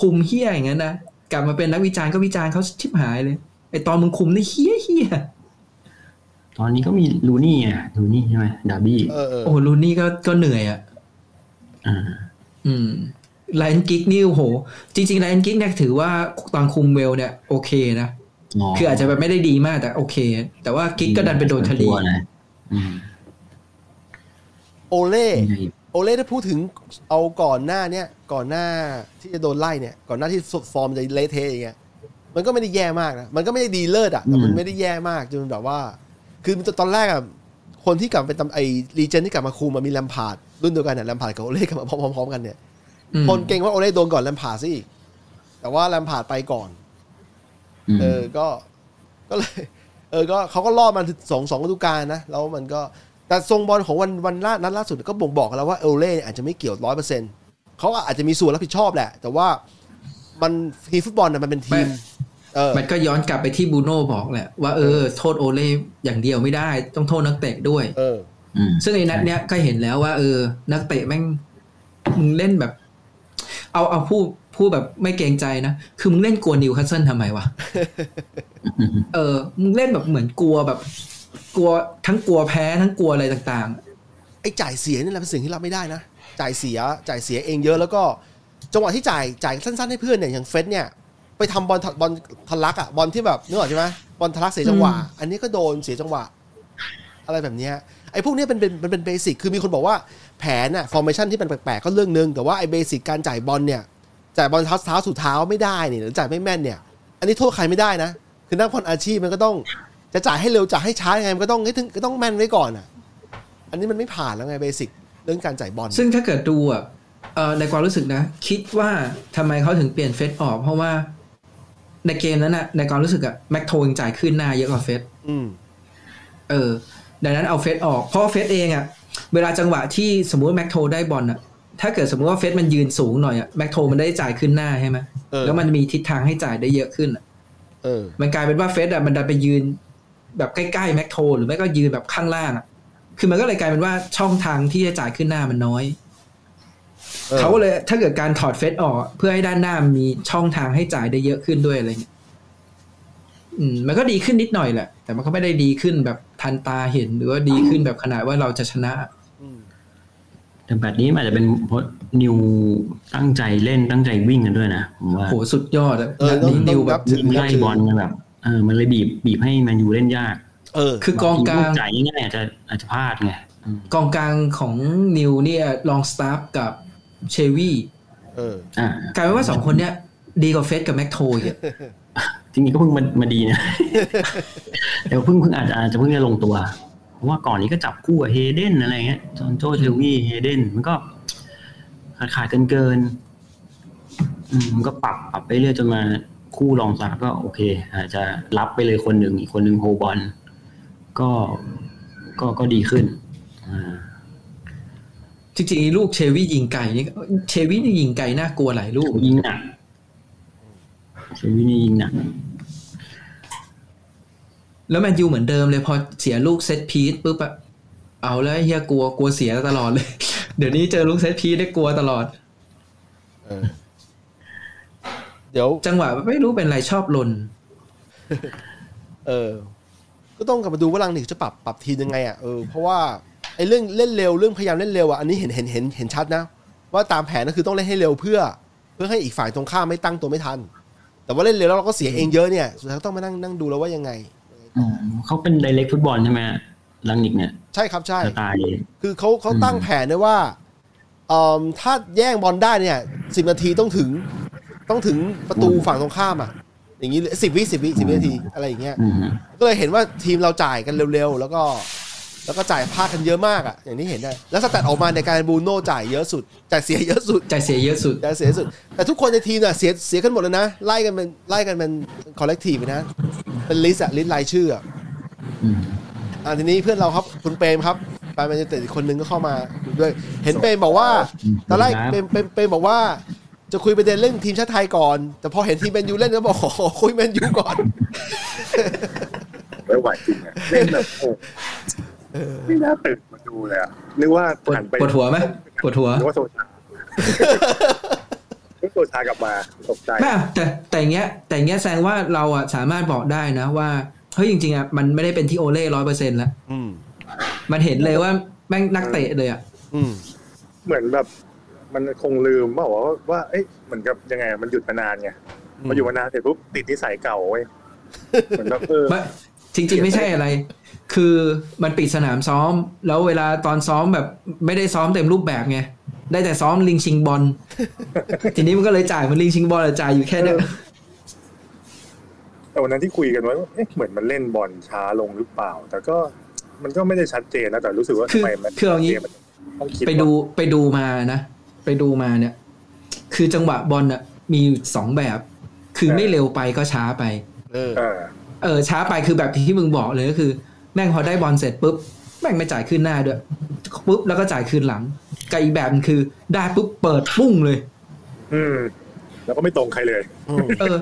S2: คุมเฮี้ยอย่างนั้นนะกลับมาเป็นนักวิจารณ์ก็วิจารณ์เขาชิบหายเลยไอตอนมึงคุมนี่เฮี้ยเฮี้ย
S3: ตอนนี้ก็มีลูนี่อ่ะลูนี่ใช่ไหมดาร์บี้
S1: เออเออ
S2: โอ้โหลูนี่ก็ก็เหนื่อยอ่ะ
S3: อ่า
S2: อืมไลออนกิกนี่โอ้โห จริงๆไลออนกิกเนี่ยถือว่าตอนคุมเวลเนี่ยโอเคนะ คืออาจจะแบบไม่ได้ดีมากแต่โอเค แต่ว่ากิกก็ดันไปโดนคดี
S3: ตัวนะอืม
S1: โอเล่ โอเล่ถ้าพูดถึงเอาก่อนหน้าเนี่ยก่อนหน้าที่จะโดนไล่เนี่ยก่อนหน้าที่ฟอร์มจะเละเทะอย่างเงี้ยมันก็ไม่ได้แย่มากนะมันก็ไม่ได้ดีเลิศอะแต่มันไม่ได้แย่มากจนแบบว่า คือตอนแรกอะคนที่กลับเป็นตำไอรีเจนที่กลับมาคุมมันมีแลมพาร์ดรุ่นเดียวกันเนี่ยแลมพาร์ดกับโอเล่กลับมาพร้อมๆกันเนี่ย
S2: อืม
S1: คนเก่งว่าโอเล่โดนก่อนแลมพาร์ดสิแต่ว่าแลมพาร์ดไปก่อน
S3: อืม
S1: เออ ก็ ก็เลย เออ ก็เขาก็ล่อมาถึงสองสองฤดูกาลนะ แล้วมันก็ แต่ทรงบอลของวันวันล่านัดล่าสุดก็บ่งบอกแล้วว่าเอลเล่เนี่ยอาจจะไม่เกี่ยวร้อยเปอร์เซ็นต์เขาอาจจะมีส่วนรับผิดชอบแหละ แต่ว่ามันทีมฟุตบอลน่ะมันเป็นทีม
S2: ไม่
S1: เออ
S2: มันก็ย้อนกลับไปที่บูโน่บอกแหละ ว่าเออโทษโอเล่อย่างเดียวไม่ได้ ต้องโทษนักเตะด้วย
S1: เออ
S3: อืม
S2: ซึ่งไอ้นัดเนี้ยก็เห็นแล้วว่า เออ นักเตะแม่งมึงเล่นแบบ เอาเอาพูดพูดแบบไม่เกรงใจนะ คือมึงเล่นกลัวนิวคาสเซิลทำไมวะ เออ มึงเล่นแบบเหมือนกลัวแบบ กลัวทั้งกลัวแพ้ทั้งกลัวอะไรต่าง
S1: ไอ้จ่ายเสียนี่แหละเป็นสิ่งที่รับไม่ได้นะ จ่ายเสีย จ่ายเสียเองเยอะแล้วก็ จังหวะที่จ่ายจ่ายสั้นๆให้เพื่อนเนี่ยอย่างเฟสเนี่ย ไปทำบอลทะบอลทะลักอะบอลที่แบบนึกออกใช่ไหมบอลทะลักเสียจังหวะ
S2: อืม
S1: อันนี้ก็โดนเสียจังหวะ อะไรแบบเนี้ยไอ้พวกเนี้ยเป็นเป็นมันเป็นเบสิกคือมีคนบอกว่าแผนอะฟอร์เมชันที่มันแปลกๆก็เรื่องนึงแต่ว่าไอ้เบสิกการจ่ายบอลเนี่ยจ่ายบอลเท้าเท้าสู่เท้าไม่ได้เนี่ยหรือจ่ายไม่แม่นเนี่ย อันนี้โทษใครไม่ได้นะ คือนักบอลอาชีพมันก็ต้องจะจ่ายให้เร็วจ่ายให้ช้ายังไงมันก็ต้องให้ถึงก็ต้องแม่นไว้ก่อนอะอันนี้มันไม่ผ่านแล้วไงเบสิกเรื่องการจ่ายบอล
S2: ๆ ซึ่งถ้าเกิดดูอ่ะเออในความรู้สึกนะ คิดว่าทำไมเขาถึงเปลี่ยนเฟซออก เพราะว่า ในเกมนั้นน่ะในความรู้สึกอะแม็กโทยังจ่ายขึ้นหน้าเยอะกว่าเฟส
S1: อืม
S2: เออ ดังนั้นเอาเฟสออก เพราะว่าเฟสเองอะเวลาจังหวะที่สมมติว่าแม็กโทได้บอลอะถ้าเกิดสมมติว่าเฟสมันยืนสูงหน่อยอะแม็กโทมันได้จ่ายขึ้นหน้าใช่ไหม
S1: เออ
S2: แล้วมันมีทิศทางให้จ่ายได้เยอะขึ้นอะ
S1: เออ
S2: มันกลายเป็นว่าเฟสอะมันดันไปยืนแบบใกล้ๆแม็กโทหรือไม่ก็ยืนแบบข้างล่างอะคือมันก็เลยกลายเป็นว่าช่องทางที่จะจ่ายขึ้นหน้ามันน้อย
S1: ออ
S2: เขาก็เลยถ้าเกิดการถอดเฟสออก เพื่อให้ด้านหน้ามีช่องทางให้จ่ายได้เยอะขึ้นด้วยอะไรเงี้ยอืมมันก็ดีขึ้นนิดหน่อยแหละ แต่มันก็ไม่ได้ดีขึ้นแบบทันตาเห็นหรือว่าดีขึ้นแบบขนาดว่าเราจะชนะ
S1: อืม
S3: แต่แบบนี้มันอาจจะเป็นเพราะนิวตั้งใจเล่นตั้งใจวิ่งกันด้วยนะผมว่า
S2: โหสุดยอดอะ
S1: เออต้อง
S2: นี้
S1: ต้
S2: นิ
S1: อง
S2: วแบ
S1: นั
S2: บบ
S1: ถือ
S3: มัน
S1: นับ
S3: ไล่
S1: ถื
S3: บอลกันแบบเออมันเลยบีบบีบให้แมนยูเล่นยาก
S1: เออ
S2: คือกองกลาง
S3: บทีมลูจ่ายง่ายๆอาจจะอาจจะพลาดไงอืม
S2: กองกลางของนิวเนี่ยลองสตาฟกับเชวี่
S1: เออ
S3: อ่าก
S2: ลายเป็นว่าสองคนเนี้ยดีกว่าเฟสกับแม็กโทอีกอะ
S3: จริงๆก็เพิ่งมามาดี
S1: [LAUGHS]
S3: นะ แต่ว่าเพิ่งเพิ่งอาจจะอาจจะเพิ่งจะลงตัว เพราะว่าก่อนนี้ก็จับคู่กับเฮเดนอะไรเงี้ยจอนโจเทลวี่เฮเดนมันก็ขาดขาดเกินเกินๆอืมมันก็ปรับปรับไปเรื่อยจนมาคู่รองสามก็โอเค อาจจะรับไปเลยคนหนึ่งอีกคนหนึ่งโฮบอลก็ก็ก็ดีขึ้นอ่า
S2: จริงๆลูกเชวี่ยิงไก่นี่ก็เชวี่นี่ยิงไก่น่ากลัวหลายลูก
S3: ยิงหนักเซวินี่ยิงหนัก
S2: แล้วแมนยูเหมือนเดิมเลยพอเสียลูกเซตพีซปุ๊บอะเอาแล้วเฮียกลัวกลัวเสียตลอดเลย [LAUGHS] เดี๋ยวนี้เจอลูกเซตพีซได้กลัวตลอด
S1: เออ เดี๋ยว
S2: จังหวะไม่รู้เป็นไรชอบลน
S1: เออ ก็ต้องกลับมาดูว่าลังหนิกจะปรับปรับทีมยังไงอ่ะ เออ เพราะว่าไอ้เรื่องเล่นเร็วเรื่องพยายามเล่นเร็วอ่ะ อันนี้เห็นเห็นเห็นเห็นชัดนะ ว่าตามแผนก็คือต้องเล่นให้เร็วเพื่อ เพื่อให้อีกฝ่ายตรงข้ามไม่ตั้งตัวไม่ทัน แต่ว่าเล่นเร็วแล้วเราก็เสียเองเยอะเนี่ย สุดท้ายก็ต้องมานั่งนั่งดูแล้วว่ายังไง
S3: เขาเป็นไดเ c กฟุตบอลใช่ไหมลังนิกเนี่ย
S1: ใช่ครับใช่
S3: สไตล์
S1: คือเขาเขา
S3: อืม
S1: ตั้งแผนไว้ว่าเอ่อถ้าแย่งบอลได้เนี่ยสิบนาทีต้องถึง ต้องถึงประตูฝั่งตรงข้ามอ่ะ อย่างนี้สิบวิสิบวิสิบนาทีอะไรอย่างเงี้ย
S3: อืมฮะ
S1: ก็เลยเห็นว่าทีมเราจ่ายกันเร็วๆ แล้วก็ แล้วก็จ่ายพลาดกันเยอะมากอ่ะ อย่างที่เห็นนะแล้วสแตทออกมาในการบรูโน่จ่ายเยอะสุดจ่ายเสียเยอะสุด
S2: ใจเสียเยอะสุด
S1: จ่ายเสียสุด แต่ทุกคนในทีมน่ะเสียเสียกันหมดเลยนะ ไล่กันเป็นไล่กันเป็นคอลเลกทีฟนะ เป็นลิสต์อะลิสต์รายชื่ออะ
S3: อืม
S1: อ่ะทีนี้เพื่อนเราครับคุณเปรมครับไปแมนยูเต็ดอีกคนนึงก็เข้ามาด้วย เห็นเปรมบอกว่า ตอนแรกเปรมเปรมเปรมบอกว่า จะคุยประเด็นเรื่องทีมชาติไทยก่อน แต่พอเห็นทีมแมนยูเล่นก็บอกขอคุยแมนยูก่อน [LAUGHS]
S4: ไม่ไหวจริงอะเล่นแบบโอ้ไม่น่าตื่นมาดูเลยอะนึกว่า
S2: ปวด
S4: หันไป
S2: ปวดหัวไหมปวดหัว
S4: นึกว่าโซชานึกโซชากลับมาตกใจ
S2: แม่อะแต่แต่อย่างเงี้ย แต่อย่างเงี้ยแสดงว่าเราอะสามารถบอกได้นะว่าเฮ้ยจริงๆอะมันไม่ได้เป็นที่โอเล่ร้อยเปอร์เซ็นต์ละ
S1: อืม
S2: มันเห็นเลยว่าแม่งนักเตะเลยอะ
S1: อืม
S4: เหมือนแบบ มันคงลืมเปล่าว่าว่าเอ้ยเหมือนกับยังไงอะมันหยุดมานานไงพออยู่มานานเสร็จปุ๊บติดนิสัยเก่าเว้ยเหมือนแบบเออ
S2: ไม่จริง ๆ ไม่ใช่อะไร คือมันปิดสนามซ้อม แล้วเวลาตอนซ้อมแบบไม่ได้ซ้อมเต็มรูปแบบไงได้แต่ซ้อมลิงชิงบอลทีนี้มันก็เลยจ่ายมันลิงชิงบอลเลยจ่ายอยู่แค่เนี้ย
S4: แต่วันนั้นที่คุยกันไว้ว่าเอ๊ะเหมือนมันเล่นบอลช้าลงหรือเปล่า แต่ก็มันก็ไม่ได้ชัดเจนนะแต่รู้สึกว่า
S2: คือ
S4: ทำไมมัน
S2: คือเอางี้
S4: กมมันต้องคิด
S2: ไปดูไปดูมานะ ไปดูมาเนี่ย คือจังหวะบอลน่ะมีอยู่สองแบบ คือไม่เร็วไปก็ช้าไป
S1: เออ
S4: เออ
S2: เออช้าไปคือแบบที่มึงบอกเลยก็คือ แม่งพอได้บอลเสร็จปุ๊บแม่งไม่จ่ายคืนหน้าด้วยปุ๊บแล้วก็จ่ายคืนหลังกับอีกแบบคือได้ปุ๊บเปิดปุ้งเลย
S4: อืม แล้วก็ไม่ตรงใครเลย
S1: อืม
S2: เออ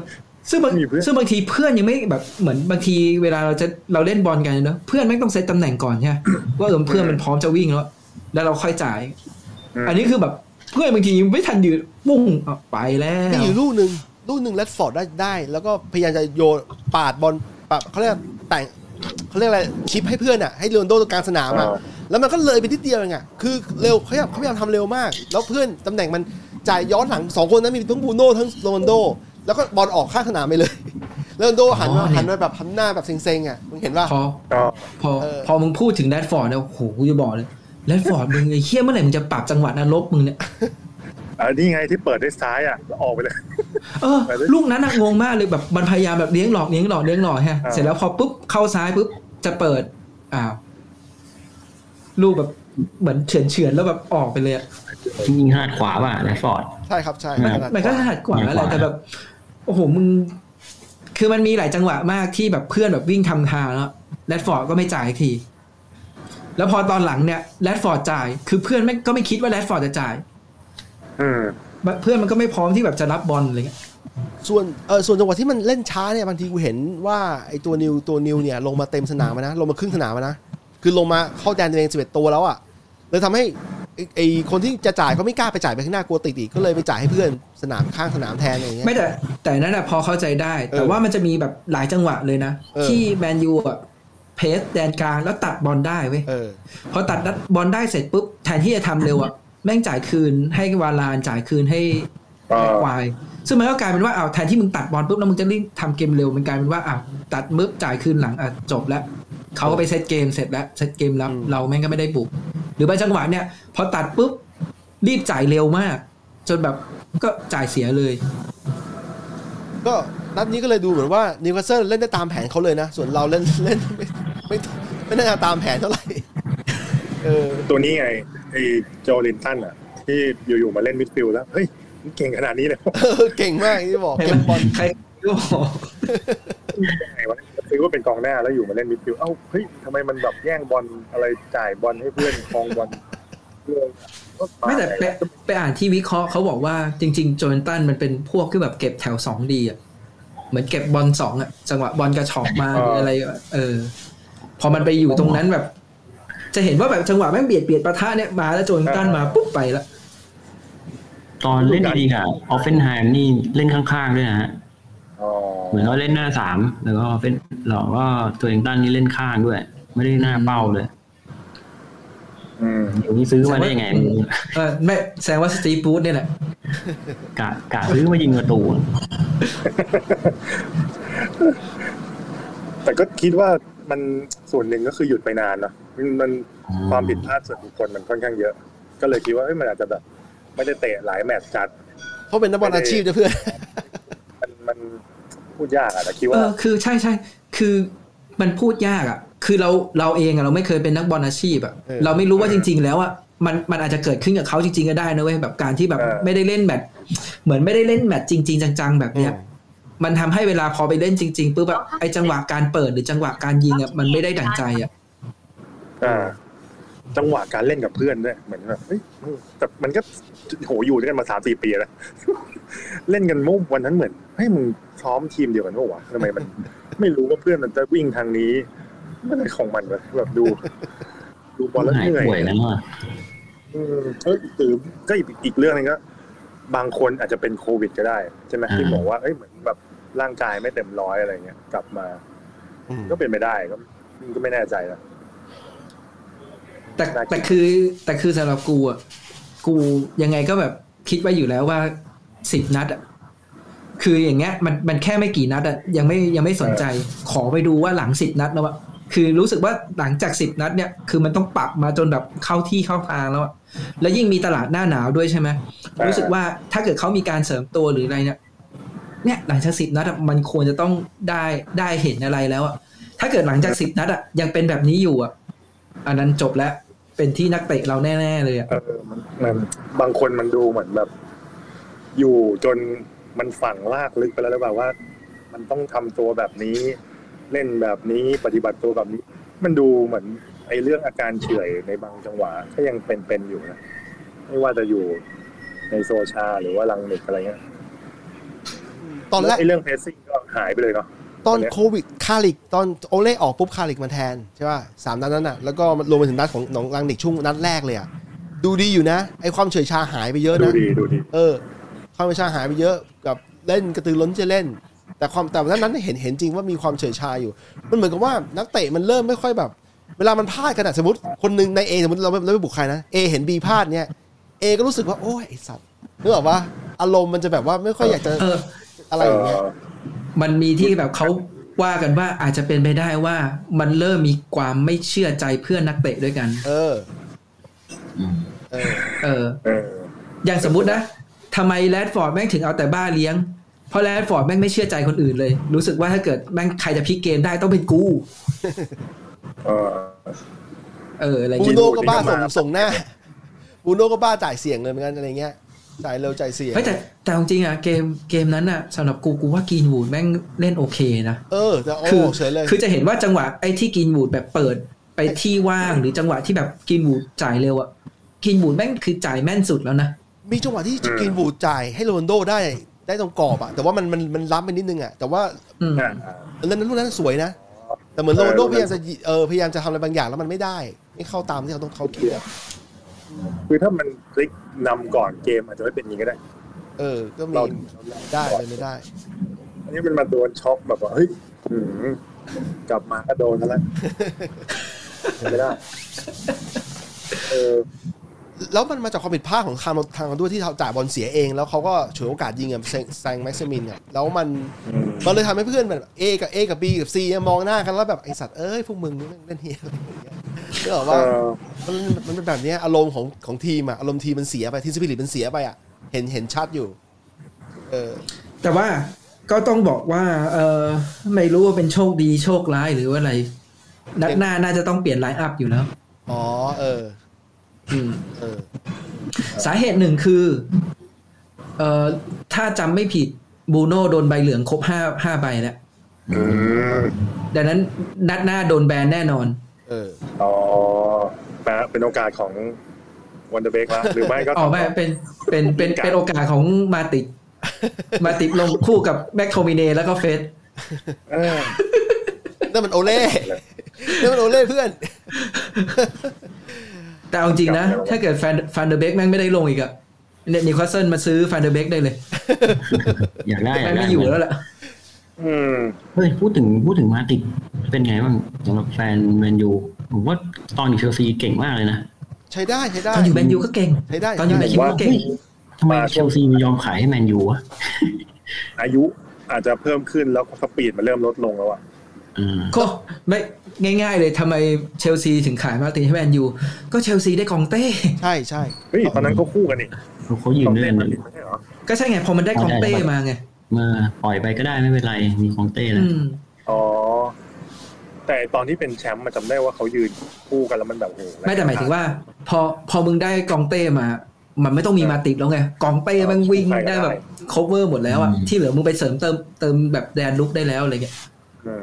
S2: ซึ่งบาง
S4: มีเพื่อน
S2: ซึ่งบางทีเพื่อนยังไม่แบบเหมือนบางทีเวลาเราจะเราเล่นบอลกันเนอะเพื่อนแม่งต้องเซตตำแหน่งก่อนใช่ไหมว่าเออเพื่อนมันพร้อมจะวิ่งแล้ว แล้วเราค่อยจ่าย
S4: ม
S2: อันนี้คือแบบเพื่อนบางทีไม่ทันยืนปุ้งเอาไปแล้ว
S1: มีอยู่ลูกหนึ่งลูกหนึ่งแรดฟอร์ดได้ได้ แล้วก็พยายามจะโยนปาดบอลปาดเขาเรียกแต่งเขาเรียกอะไรชิปให้เพื่อนอ่ะให้โรนลโดตรงกลางสนามอ่ะแล้วมันก็เลยไปนิดเดียวเองอ่ะคือเร็วเขาพยายามเขาพยายามทำเร็วมาก แล้วเพื่อนตำแหน่งมันจ่ายย้อนหลังสองคนนั้นมีทั้งบูโน่ทั้งโรนลโด แล้วก็บอลออกข้างสนามไปเลย [LAUGHS] โรนลโดหันมาหันมาแบบหันหน้าแบบเซ็งๆอ่ะมึงเห็นป่ะ
S2: พอ
S4: ก็
S2: พอ
S1: เออ
S2: พอมึงพูดถึงแรดฟอร์ดเนี่ยโอ้โหกูจะบอกเลยแรดฟอร์ดมึงไอ้เฮี้ยเมื่อไหร่มึงจะปรับจังหวะนรกมึงเนี่ย
S4: อันนี้ไงที่เปิดด้วยซ้ายอ่ะออกไปเลย
S2: เออลูกนั้นน่ะงงมากเลยแบบมันพยายามแบบเลี้ยงหลอกเลี้ยงหลอกเลี้ยงหลอกฮะ
S4: อ่า
S2: เสร็จแล้วพอปุ๊บเข้าซ้ายปุ๊บจะเปิดอ้าวลูกแบบเหมือนเฉือนเฉือนๆแล้วแบบออกไปเลยอะ
S3: จริงๆขนาดขวาป่ะแรชฟอร์ด
S1: ใช่ครับใช่
S3: อืม
S1: ขนาด
S2: มันก็ถนัดกว่าแหละแต่แบบ โอ้โหมึง คือมันมีหลายจังหวะมากที่แบบเพื่อนแบบวิ่งทำทางแล้วแรดฟอร์ดก็ไม่จ่ายอีกที แล้วพอตอนหลังเนี่ยแรดฟอร์ดจ่าย คือเพื่อนไม่งก็ไม่คิดว่าแรดฟอร์ดจะจ่าย
S4: อืม
S2: เพื่อนมันก็ไม่พร้อมที่แบบจะรับบอลอะไรเงี้ย
S1: ส่วนเออส่วนจังหวะที่มันเล่นช้าเนี่ยบางทีกูเห็นว่าไอตัวนิวตัวนิวเนี่ยลงมาเต็มสนามอะนะลงมาครึ่งสนามอะนะคือลงมาเข้าแดนตัวเองสิบเอ็ดตัวแล้วอะ่ะเลยทำให้ไอ้ไอคนที่จะจ่ายเขาไม่กล้าไปจ่ายไปข้างหน้ากลัวติดอีกก็เลยไปจ่ายให้เพื่อนสนามข้างสนามแทนอะไรอย่างเงี้ย
S2: ไม่แต่แต่นั่นอะพอเข้าใจได้ แต่
S1: เออ
S2: ว่ามันจะมีแบบหลายจังหวะเลยนะ
S1: เออ
S2: ที่แมนยูอะเพสแดนกลางแล้วตัดบอลได้เว้ย
S1: เออ
S2: พอตัดบอลได้เสร็จปุ๊บแทนที่จะทำเร็วอะแม่งจ่ายคืนให้วาลานจ่ายคืนให้
S4: อ่า
S2: แม็กควายซึ่งมันก็กลายเป็นว่าเอาวแทนที่มึงตัดบอลปุ๊บแล้วมึงจะรีบทำเกมเร็วมันกลายเป็นว่าอ่ะตัดมึบจ่ายคืนหลังอ่ะจบแล้วเขาก็ไปเซตเกมเสร็จแล้วเซตเกมรับ
S1: อืม
S2: เราแม่งก็ไม่ได้ปลุก หรือบางจังหวะเนี่ย พอตัดปุ๊บรีบจ่ายเร็วมาก จนแบบก็จ่ายเสียเลย
S1: ก็นัดนี้ก็เลยดูเหมือนว่านิวคาสเซิลเล่นได้ตามแผนเขาเลยนะ ส่วนเราเล่นเล่นไม่ไม่ไม่น่าจะตามแผนเท่าไหร่เออ
S4: ตัวนี้ไงไอ้โจลินตันอ่ะ ที่อยู่ๆมาเล่นมิดฟิลด์แล้ว เฮ้ยมันเก่งขนาดนี้เลย [LAUGHS]
S1: เออเก่งมากอย่างที่บอกเก็บบอล
S2: ใครก็บอก
S4: ยังไงวะซื้อว่าเป็นกองหน้าแล้วอยู่มาเล่นมิดฟิลด์เอ้าเฮ้ยทำไมมันแบบแย่งบอลอะไรจ่ายบอลให้เพื่อนคลองบอลเพื่อนก็า
S2: ไม่แต่ไปไปอ่านที่วิเคราะห์เขาบอกว่าจริง ๆ โจนตันมันเป็นพวกที่แบบเก็บแถวสองดีอ่ะเหมือนเก็บบอลสองอ่ะจังหวะบอลกระชอกมาหรืออะไรอะเออ พอมันไปอยู่ตรงนั้นแบบ จะเห็นว่าแบบจังหวะแม่งเบียดเบียดปะทะเนี่ยมาแล้วโจนตันมาปุ๊บไปแล้ว
S3: ตอนเล่นดีๆกับออฟเฟนไฮมนี่เล่นข้างๆด้วยนะฮะ
S4: อ๋อ
S3: เหมือนเขาเล่นหน้าสามแล้วก็เป็นเราก็ตัวเองตั้นนี่เล่นข้างด้วย ไม่ได้หน้าเป้าเลย
S4: อืม
S3: เดี๋ยวนี้ซื้อมาได้ยังไงไม่รู้
S2: เออไม่แสดงว่าสตีฟบูธเนี่ยแหละ
S3: กะกะซื้อมายิงประตูอะ
S4: แต่ก็คิดว่ามันส่วนหนึ่งก็คือหยุดไปนานเนอะมันมันความผิดพลาดส่วนบุคคลมันค่อนข้างเยอะ ก็เลยคิดว่าเอ้ยมันอาจจะแบบ ไม่ได้เตะหลายแมตช์จัด
S1: เขาเป็นนักบอลอาชีพนะเพื่อน
S4: มันมันพูดยากอะแต่คิด
S2: เอ
S4: ว่า
S2: อคือใช่ใช่คือมันพูดยากอ่ะ คือเราเราเองอะเราไม่เคยเป็นนักบอลอาชีพอ่ะ
S1: เออ
S2: เราไม่รู้ว่าจริง ๆ แล้วอ่ะมันมันอาจจะเกิดขึ้นกับเขาจริง ๆ ก็ได้นะเว้ยแบบการที่แบบไม่ได้เล่นแบบเหมือนไม่ได้เล่นแมตช์จริง ๆ จัง ๆ แบบเนี้ย มันทำให้เวลาพอไปเล่นจริงๆปุ๊บแบบไอ้จังหวะการเปิดหรือจังหวะการยิงอ่ะมันไม่ได้ดั่งใจอ่ะ
S4: อ่า จังหวะการเล่นกับเพื่อนด้วยเหมือนแบบเอ้ยมันแต่มันก็โหอยู่ด้วยกันมาสามสี่ปีแล้ว [LAUGHS] เล่นกันเมื่อวันนั้นเหมือนเฮ้ยมึงซ้อมทีมเดียวกันปะวะทำไมมัน ไม่รู้ว่าเพื่อนมันจะวิ่งทางนี้อะไรของมันวะแบบดู ดูบอลแล้ว
S3: หาย
S4: เหนื่อย
S3: ป่วยแล้วอะ
S4: อืมเอ้ยหรือก็อีกอีกเรื่องหนึงก็บางคนอาจจะเป็นโควิดก็ได้ ใช่ไหมที่บอกว่าเอ้ยเหมือนแบบร่างกายไม่เต็มร้อยอะไรเงี้ยกลับมา
S1: อืม
S4: ก็เป็นไปได้ก็ก็ไม่แน่ใจนะ
S2: แต่แต่คือแต่คือสำหรับกูอ่ะกูยังไงก็แบบคิดไว้อยู่แล้วว่าสิบนัดอ่ะคืออย่างเงี้ยมันมันแค่ไม่กี่นัดอ่ะยังไม่ยังไม่สนใจ ขอไปดูว่าหลังสิบนัดแล้วอ่ะคือรู้สึกว่าหลังจากสิบนัดเนี่ยคือมันต้องปรับมาจนแบบเข้าที่เข้าทางแล้วอ่ะแล้วยิ่งมีตลาดหน้าหนาวด้วยใช่ไหมรู้สึกว่าถ้าเกิดเขามีการเสริมตัวหรืออะไรเนี่ย เนี่ยหลังจากสิบนัดอะมันควรจะต้องได้ได้เห็นอะไรแล้วอะถ้าเกิดหลังจากสิบนัดอะยังเป็นแบบนี้อยู่อะอันนั้นจบแล้ว เป็นที่นักเตะเราแน่ๆเลยอะ
S4: เออมันมันบางคนมันดูเหมือนแบบ อยู่จนมันฝังลากลึกไปแล้วหรือเปล่าว่า มันต้องทำตัวแบบนี้ เล่นแบบนี้ปฏิบัติตัวแบบนี้ มันดูเหมือนไอ้เรื่องอาการเฉื่อยในบางจังหวะก็ยังเป็นๆอยู่นะไม่ว่าจะอยู่ในโซชาหรือว่าลังเน็กอะไรเงี้ย
S1: ตอนแรก
S4: ไอ้เรื่องเพ s ซิ่งก็หายไปเลยเนาะ
S1: ตอน
S4: คนเนี้ย
S1: โควิดคาลิกตอนโอเล่ออกปุ๊บคาลิกมาแทน ใช่ป่ะสามนัดนั้นอ่ะแล้วก็รวมไปถึงนัดของหนองลังนิกช่วงนัดแรกเลยอ่ะดูดีอยู่นะ ไอความเฉอยชาหายไปเยอะ
S4: ดู
S1: นะ
S4: ดีดูดี
S1: เออ ความเฉอยชาหายไปเยอะกับเล่นกระตือร้นจะเล่น แต่ความแต่วันนั้นเห็นเห็นจริงว่ามีความเฉอยชาอยู่ มันเหมือนกับว่านักเตะมันเริ่มไม่ค่อยแบบ เวลามันพลาดกันอะสมมติคนหนึ่งใน A สมมติเราไม่เราไม่บุกใครนะ A เห็น B พลาดเนี่ย A ก็รู้สึกว่าโอ้ยไอสัตว์นึกออกปะอารมณ์มันจะแบบว่าไม่ค่อยอยากจะ
S2: เออ
S1: อะไรอย่างเงี้ย
S4: เ
S2: มันมีที่แบบเขาว่ากันว่าอาจจะเป็นไปได้ว่ามันเริ่มมีความไม่เชื่อใจเพื่อนนักเตะด้วยกัน
S1: เออ
S3: อืม
S1: เออ
S2: เออ
S4: เออ
S2: อย่างสมมตินะทำไมแรดฟอร์ดแม่งถึงเอาแต่บ้าเลี้ยง เพราะแรดฟอร์ดแม่งไม่เชื่อใจคนอื่นเลย รู้สึกว่าถ้าเกิดแม่งใครจะพลิกเกมได้ต้องเป็นกู
S4: เออ
S2: เอออะไร
S1: บู
S2: เงี้ย
S1: โน่ก็บ้าส่ง
S4: มา
S1: ส่งหน้าบูโน่ก็บ้าจ่ายเสียงเลยเหมือนกันอะไรเงี้ย ใจเร็วใจเสีย
S2: เฮ้ยแต่แต่จริงๆอ่ะเกมเกมนั้นอ่ะสำหรับกูกูว่ากรีนวูดแม่งเล่นโอเคนะ
S1: เออแต่โอ้
S2: คือ
S1: เฉยเลย
S2: คือจะเห็นว่าจังหวะไอ้ที่กินบูดแบบเปิดไปที่ว่างหรือจังหวะที่แบบกินบูดจ่ายเร็วอะกินบูดแม่งคือจ่ายแม่นสุดแล้วนะ
S1: มีจังหวะที่
S4: อืม
S1: กินบูดจ่ายให้โรนลโดได้ได้ตรงกรอบอะแต่ว่ามันมันมันล้ำไปนิดนึงอะแต่ว่า
S2: อืม
S4: อ่า
S1: เรื่องนั้นลูกนั้นสวยนะ แต่เหมือนโรนลโด
S4: เออ
S1: พยายามจะยิเออพยายามจะทำอะไรบางอย่างแล้วมันไม่ได้ไม่เข้าตามที่เขาต้องเขาคิดอะ
S4: คือถ้ามันพลิกนำก่อนเกมอาจจะไม่เป็นอย่างนี้ก็ได้
S1: เออ ก็มี
S4: เรา
S1: ได้เลยไม่ได้
S4: อันนี้มันมาโดนช็อกแบบว่าเฮ้ยหืมกลับมาก็โดนซะแล้วไม่ได้ เออ
S1: แล้วมันมาจากความผิดพลาดของคาร์ลทางด้วยที่จ่ายบอลเสียเอง แล้วเขาก็ฉวยโอกาสยิงกับแซงแซงแม็กซิมินเนี่ยแล้วมัน
S4: อืม
S1: มันเลยทำให้เพื่อนแบบเอกับเอกับบีกับซีมองหน้ากันแล้วแบบไอสัตว์เอ้ยพวกมึงนี่แม่งเล่นเฮียอะไรอย่างเงี้ยเชื่อ
S4: เอ
S1: ว่า
S4: อ
S1: มันมันเป็นแบบเนี้ยอารมณ์ของของทีมอะอารมณ์ทีมมันเสียไปทีมสปิริตมันเสียไปอะเห็นเห็นชัดอยู่ เออ
S2: แต่ว่าก็ต้องบอกว่า เออไม่รู้ว่าเป็นโชคดีโชคร้ายหรือว่าอะไร นัดหน้าน่าจะต้องเปลี่ยนไลน์อัพอยู่แล้ว
S1: อ๋อเออ
S2: อืม
S1: เออ
S2: สาเหตุหนึ่งคือ เออถ้าจำไม่ผิดบูโน่โดนใบเหลืองครบห้าห้าใบแล้ว
S4: อืม
S2: ดังนั้นนัดหน้าโดนแบนแน่นอน
S1: เออ
S4: อ๋อแปลเป็นโอกาสของวันเดอร์เบกละหรือไม่ก็
S2: อ๋อไม่เป็นเป็นเป็นเป็นโอกาสของมา [LAUGHS] ติดมาติดลงคู่กับแบ็คโทมิเนแล้วก็เฟส
S4: เออ
S1: นั่นมันโอเล่
S4: [LAUGHS]
S1: นั่นมันโอเล่เพื่อน
S2: แต่เอาจริงนะ ถ้าเกิดแฟนฟันเดอร์เบกแม่งไม่ได้ลงอีกอะเนี่ยนิวคาสเซิลมาซื้อฟันเดอร์เบกได้เลย
S3: อยากได้อ
S2: แม่
S3: ยาก
S2: ง
S3: ได้
S2: ไม่อยู่แล้วล่ะ
S4: อืม
S3: เฮ้ยพูดถึงพูดถึงมาติกเป็นไงบ้างสำหรับแฟนแมนยูผมว่าตอนอยู่เชลซีเก่งมากเลยนะ
S1: ใช้ได้ใช้
S2: ต
S1: ได้
S2: อนอยู่แมนยูก็เก่ง
S1: ใช้ได้
S2: ตอนอยู่แมนยูก็เก่ง
S3: ทำไม
S4: มา
S3: เชลซีมันยอมขายให้แมนยูวะ
S4: อายุอาจจะเพิ่มขึ้นแล้วสปีดมันเริ่มลดลงแล้วอ่ะ
S3: อืม
S2: ก็ไม่ง่าย ๆ เลยทำไมเชลซีถึงขายมาตินให้แมนยูก็เชลซีได้กองเต้
S1: ใช่ใช่
S4: เฮ้ยตอนนั้นก็คู่กันนี่
S3: เขายืนด้วยกัน
S4: มา
S3: เล
S4: ติ
S3: ย
S4: ไม่ใช่เหรอ
S2: ก็ใช่ไงพอมันได้กองเต้มาไง
S3: มาปล่อยไปก็ได้ไม่เป็นไร มีของเต้
S2: อื
S3: นะ
S2: ม
S4: อ๋อ แต่ตอนที่เป็นแชมป์มันจำได้ว่าเขายืนคู่กันแล้วมันแบบโอ้โห
S2: ไม่แต่หมายถึงว่า พอพอมึงได้กองเต้มา มันไม่ต้องมีมาติดแล้วไงกองเต้แมันวิ่งได้แบบ cover หมดแล้วอะที่เหลือมึงไปเสริมเติมเติมแบบแดนลุกได้แล้วอะไรเงี้ย
S4: อืม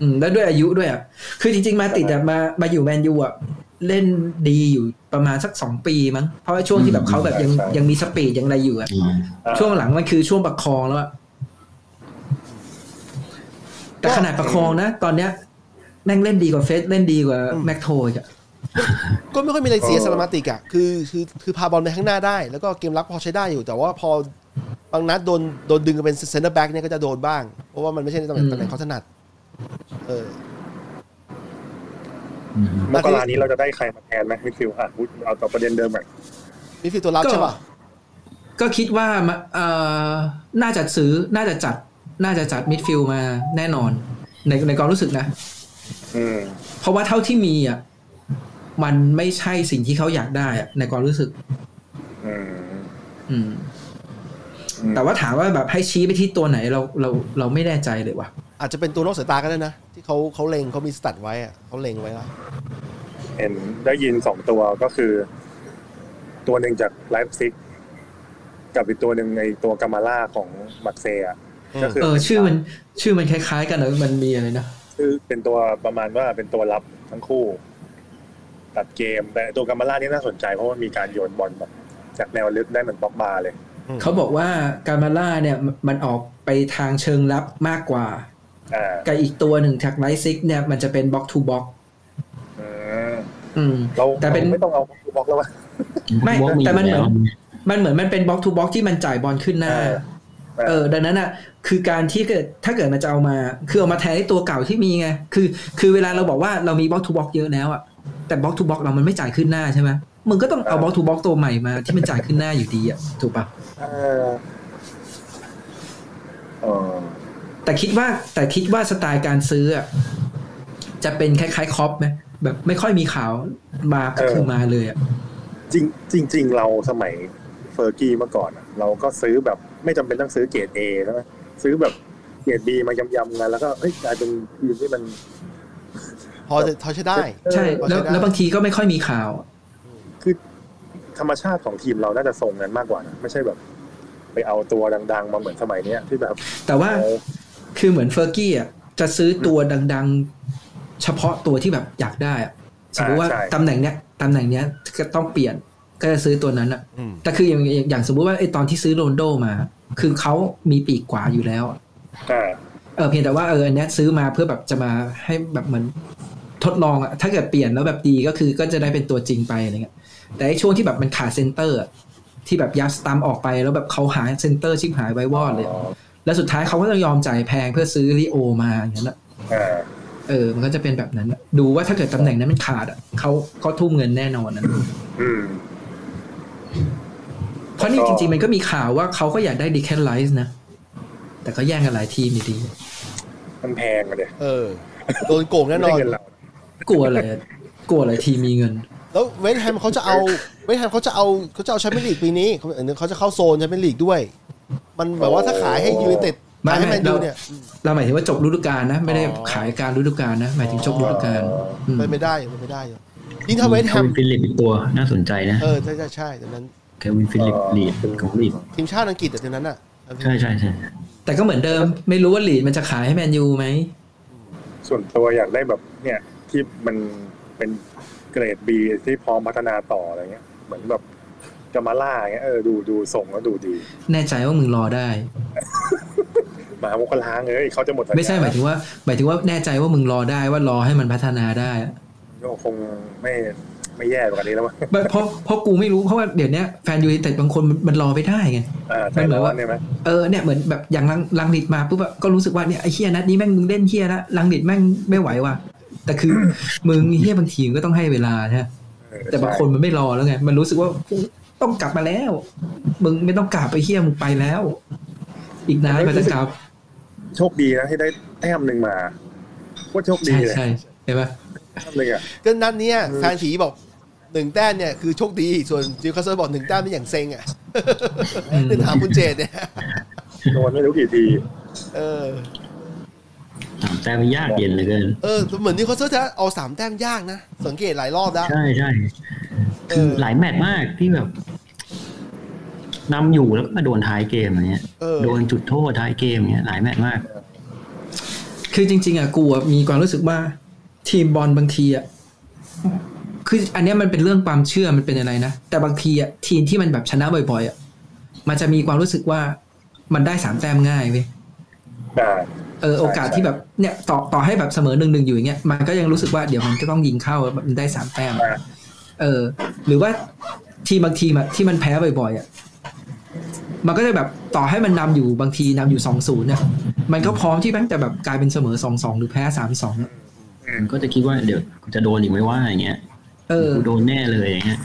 S2: อืมแล้วด้วยอายุด้วยอ่ะ คือจริง ๆ มาติดอ่ะมามาอยู่แมนยูอ่ะเล่นดีอยู่ประมาณสักสองปีมั้ง เพราะว่าช่วงที่แบบเขาแบบยังยังมีสปีดยังอะไรอยู่อ่ะ
S3: อืม
S4: อ่ะ
S2: ช่วงหลังมันคือช่วงประคองแล้วอ่ะ แต่ขนาดประคองนะ ตอนเนี้ยแม่งเล่นดีกว่าเฟสเล่นดีกว่าแม็กโทอีกอ่ะ
S1: ก็ไม่ค่อยมีอะไรเสียสารมาติกอะคือคือคือพาบอลไปข้างหน้าได้ แล้วก็เกมรับพอใช้ได้อยู่ แต่ว่าพอบางนัดโดนโดนดึงเป็นเซนเตอร์แบ็กเนี่ยก็จะโดนบ้าง เพราะว่ามันไม่ใช่ในตำแหน่งตำแหน่งเขาถนัด เออ
S3: อืม
S4: มกรานี้เราจะได้ใครมาแทนไหมมิดฟิลด์อ่ะพูดเอาต่อประเด็นเดิมก่อน
S1: นี่คือตัวรับใช่ป่ะ
S2: ก็คิดว่ามาเอ่อน่าจะซื้อน่าจะจัด น่าจะจัดมิดฟิลด์มาแน่นอน ในในความรู้สึกนะ
S4: อืม
S2: เพราะว่าเท่าที่มีอ่ะมันไม่ใช่สิ่งที่เขาอยากได้อ่ะในความรู้สึก
S4: อืม
S2: อืม
S4: อืม
S2: แต่ว่าถามว่าแบบให้ชี้ไปที่ตัวไหนเราเราเราไม่แน่ใจเลยว่ะ
S1: อาจจะเป็นตัวนอกสายตาก็ได้นะ ที่เขาเขาเล็งเขามีสตัดไว้อะเขาเล็งไว้ละ
S4: เห็นได้ยินสองตัวก็คือ ตัวหนึ่งจากไลฟ์ซิกกับอีกตัวหนึ่งในตัวกามาล่าของมักเซย์อะ
S1: อืม
S4: ก็คือ
S2: เออ ชื่อมันชื่อมันคล้าย ๆ กันเหรอมันมีอะไรนะ
S4: คือเป็นตัวประมาณว่าเป็นตัวรับทั้งคู่ ตัดเกม แต่ตัวกามาล่านี่น่าสนใจเพราะว่ามีการโยนบอลแบบจากแนวลึกได้เหมือนบล็อกบาร์เลย
S1: อืม
S2: เขาบอกว่าการมาล่าเนี่ยมันออกไปทางเชิงลับมากกว่า
S4: อ่า
S2: กับอีกตัวหนึ่งจากไลซิกเนี่ยมันจะเป็นบล็อกทูบล็อก
S4: อืม
S2: อืม
S4: เรา
S2: แต่เป็น
S4: ราไม่ต้องเอาบล็อกแล้ววะ
S2: ไม่
S3: พวก
S2: แต่มัน
S3: ยู่ล้
S2: เห
S3: ว
S2: มือน มันเหมือนมันเป็นบล็อกทูบล็อกที่มันจ่ายบอลขึ้นหน้า
S4: เออ
S2: เออ ดังนั้นอ่ะ คือการที่เกิดถ้าเกิดมันจะเอามา คือเอามาแทนที่ตัวเก่าที่มีไง คือ คือเวลาเราบอกว่าเรามีบล็อกทูบล็อกเยอะแล้วอ่ะ แต่บล็อกทูบล็อกเรามันไม่จ่ายขึ้นหน้าใช่ไหมมึงก็ต้องเอาบล็อกทูบล็อกตัวใหม่มาที่มันจ่ายขึ้นหน้าอยู่ดีอ่ะ ถูกปะ
S4: เออเออ
S2: แต่คิดว่า แต่คิดว่าสไตล์การซื้ออ่ะ จะเป็นคล้ายๆคอปไหมแบบไม่ค่อยมีข่าวมาก็คือมาเลยอ่ะ
S4: จริงจริง ๆ เราสมัยเฟอร์กี้เมื่อก่อนอะเราก็ซื้อแบบไม่จำเป็นต้องซื้อเกรดเอใช่ไหมซื้อแบบเกรดบีมายำๆกันแล้วก็เอ้ยกลายเป็นทีมที่มัน
S1: พอจะพอใช้ได้
S2: ใช่ แล้ว แล้วบางทีก็ไม่ค่อยมีข่าว
S4: คือ ธรรมชาติของทีมเราน่าจะส่งกันมากกว่านะไม่ใช่แบบ ไปเอาตัวดัง ๆ มาเหมือนสมัยเนี้ยที่แบบ
S2: แต่ว่า
S4: เอา
S2: คือเหมือนเฟอร์กี้อ่ะจะซื้อตัวดังๆ เฉพาะตัวที่แบบอยากได้อะสมมติว่า
S4: ใช่
S2: ตำแหน่งเนี้ยตำแหน่งเนี้ยก็ต้องเปลี่ยนก็จะซื้อตัวนั้นอ่ะ
S1: อืม
S2: แต่คืออย่างอย่างอย่างสมมติว่าไอตอนที่ซื้อโรนโดมา คือเขามีปีกขวาอยู่แล้วอะ
S4: อ่า
S2: เออเพียงแต่ว่าเอออันเนี้ยซื้อมาเพื่อแบบจะมาให้แบบเหมือนทดลองอ่ะถ้าเกิดเปลี่ยนแล้วแบบดีก็คือก็จะได้เป็นตัวจริงไปอะไรเงี้ยแต่ไอช่วงที่แบบมันขาดเซนเตอร์อะที่แบบยับสตัมป์ออกไปแล้วแบบเขาหาเซนเตอร์ชิบหายไว้วอดเลยอะ แล้วสุดท้ายเขาก็ต้องยอมจ่ายแพงเพื่อซื้อริโอมาอย่างนั้นอะ
S4: อ่า
S2: เออ มันก็จะเป็นแบบนั้นอะดูว่าถ้าเกิดตำแหน่งนั้นมันขาดอะเขาเขาทุ่มเงินแน่นอนนะ
S4: อืม
S2: เพราะนี่จริงๆ มันก็มีข่าวว่าเขาก็อยากได้ดีแค n ไลซ์นะ แต่ก็แย่งกันหลายทีมอยู่ดี
S4: มันแพงอะเลย
S1: เออโดนโกงแน่นอ
S4: ไม่ได้
S1: น
S4: เงินเรา
S2: กลัวอะไรอะกลัวอะไรทีมมีเงิน
S1: แล้วเวสต์แฮมเขาจะเอาเวสต์แฮมเขาจะเอาเขาจะเอาแชมเปี้ยนลีกปีนี้เขาเออเขาจะเข้าโซนแชมเปี้ยนลีกด้วย มันแบบว่าถ้าขายให้ยูไนเต็ด
S2: ไม่
S1: ขายให้แมนยู
S2: ไม่
S1: เนี่ย
S2: เราหมายถึงว่าจบฤดูกาลนะ ไม่ได้
S1: อ๋อ
S2: ขายกลารฤดูกาลนะ หมายถึงจบฤดูกาลม
S1: เป็นไม่ได้เป็นไม่ได้อยู่ยิ่งถ้าเวสต์แฮม
S3: ควินฟิลิปอีกตัวน่าสนใจนะ
S1: เออใช่ใช่ใช่แต่นั้น
S3: เควินฟิลิปลีดของลีด
S1: ทีมชาติอังกฤษแต่ทีนั้นอ่ะ
S3: ใช่ใช่ใช่
S2: แต่ก็เหมือนเดิม ไม่รู้ว่าลีดมันจะขายให้แมนยูไหม
S4: ส่วนตัวอยากได้แบบ เนี่ย ที่มันเป็นเกรดบีที่พร้อมพัฒนาต่ออะไรเงี้ย เหมือนแบบจะมาล่าเงี้ยเออดูดูส่งแล้วดูดี
S2: แน่ใจว่ามึงรอได้
S4: หมามกล้างเอ้ยเขาจะหมดสัญญ
S2: ไม่ใช่หมายถึงว่าหมายถึงว่าแน่ใจว่ามึงรอได้ว่ารอให้มันพัฒนาได้อะ
S4: ก็คงไม่ไม่แย่กว่านี้แล้วมั้ง
S2: ไม่เพราะเพราะกูไม่รู้เพราะว่าเดี๋ยวเนี้ยแฟนยูไนเต็ดบางคนมันมันรอไม่ได้ไง
S4: อ่าใช่
S2: ไม่เหมื
S4: แล้
S2: อ
S4: วน
S2: ว่า
S4: เนี่ยไหม
S2: เออเนี่ยเหมือนแบบอย่างลังลังนิดมาปุ๊บอะก็รู้สึกว่าเนี่ยไอ้เฮียนัดนี้แม่งมึงเล่นเฮียละลังนิดแม่งไม่ไหวว่ะแต่คือ มึงเฮียบางทีมก็ต้องให้เวลาใช่ไหม
S4: เออ
S2: แต่บางคนมันไม่รอแล้วไงมันรู้สึกว่าต้องกลับมาแล้ว มึงไม่ต้องกลับไปเฮียมึงไปแล้ว อีกนานกว่าจะกลับ
S4: โชคดีนะที่ได้แต้มหนึ่งมาโคตรโชคดี
S2: ใช่
S4: เลย
S2: ใช่เห็นปะ
S4: แต้มหนึ่งอ่ะ
S1: ก็นัดเนี้ย
S4: อืม
S1: แฟนผีบอกหนึ่งแต้มเนี่ยคือโชคดีส่วนนิวคาสเซิลบอกหนึ่งแต้มเป็นอย่างเซ็งอ่ะ
S2: อืม
S1: เดินถามคุณเจดเนี่ย
S4: โดนไม่รู้กี่ที
S1: เออ
S3: สามแต้มยากเย็นเหลือเกิน
S1: เออเหมือนนิวคาสเซิลจะเอาสามแต้มยากนะสังเกตหลายรอบแล้ว
S3: ใช่ใช่
S1: เอ
S3: คือ
S1: อ
S3: หลายแมตช์มากที่แบบนำอยู่แล้วก็มาโดนท้ายเกมอย่างเงี้ย
S1: เออ
S3: โดนจุดโทษท้ายเกมอย่างเงี้ยหลายแมตช์มาก
S2: คือจริง ๆอะกูอะมีความรู้สึกว่าทีมบอลบางทีอะคืออันเนี้ยมันเป็นเรื่องความเชื่อมันเป็นอะไรนะ แต่บางทีอะทีมที่มันแบบชนะบ่อยๆอะมันจะมีความรู้สึกว่ามันได้สามแต้มง่ายเว้ย
S4: อ่า
S2: เออโอกาสที่แบบเนี่ยต่อต่อให้แบบเสมอหนึ่งหนึ่งอยู่อย่างเงี้ยมันก็ยังรู้สึกว่าเดี๋ยวมันจะต้องยิงเข้าแบบมันได้สามแต้ม เออ หรือว่าทีมบางทีมอะที่มันแพ้บ่อยๆอะมันก็จะแบบต่อให้มันนำอยู่บางทีนำอยู่สองศูนย์เนี่ยมันก็พร้อมที่แม่งจะแบบกลายเป็นเสมอสองสองหรือแพ้สามสอง
S3: มันก็จะคิดว่าเดี๋ยวกูจะโดนอีกไหมว่าอย่างเงี้ย
S2: เออ
S3: กูโดนแน่เลยอย่างเงี้ย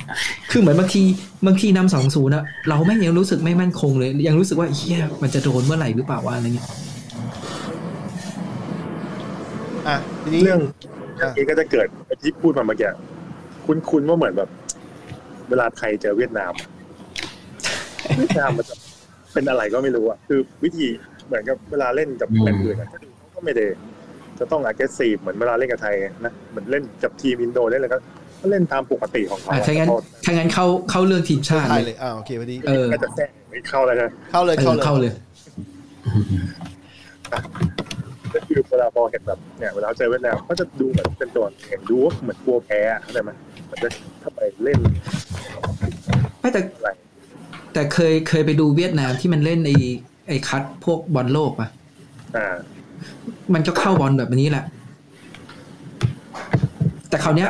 S2: คือเหมือนบางทีบางทีนำสองศูนย์อะเราแม่งยังรู้สึกไม่มั่นคงเลย ยังรู้สึกว่าเฮียมันจะโดนเมื่อไหร่หรือเปล่าวะอะไรเงี้ย
S1: อ่ะทีนี้
S4: เรื่อง
S1: อ่ะ
S4: นี้ก็จะเกิดไอ้ที่พูดมาเมื่อกี้คุ้นๆว่าเหมือนแบบ เวลาไทยเจอเวียดนามอะเวียดนามมันจะเป็นอะไรก็ไม่รู้อะคือวิธีเหมือนกับเวลาเล่นกับ
S3: อืม
S4: แมตช์อื่นอะก็ดูเขาก็ไม่ได้จะต้องอา e s ซีฟเหมือนเวลาเล่นกับไทยนะเหมือนเล่นกับทีมอินโดเล่นอะไรก็ก็เล่นตามปกติของเขา
S2: อ่ะถ้างั้น ถ้างั้นเข้าเข้าเรื่องทีมชาติ
S1: ถ่าย
S2: เล
S1: เลย ยอ่าโอเคพอดี
S2: เออ
S4: ก็จะแทรกไม่เข้าอะไรนะ
S1: เข้าเลย
S2: เอ
S1: เข้า
S2: อ
S1: เลย
S2: เข้าเลย
S4: ก็คือเวลาพอเห็นแบบเนี่ยเวลาเจอเวียดนามก็จะดูเหมือนเป็นตัวเห็นดูว่าเหมือนกลัวแพ้อะเข้าใจไหมมันจะทำไมเล่น
S2: ไม่แต่
S4: อะไร
S2: แต่เคยเคยไปดูเวียดนามที่มันเล่นไอไอคัดพวกบอลโลกอะ
S4: อ่า
S2: มันก็เข้าบอลแบบนี้แหละ แต่คราวเนี้ย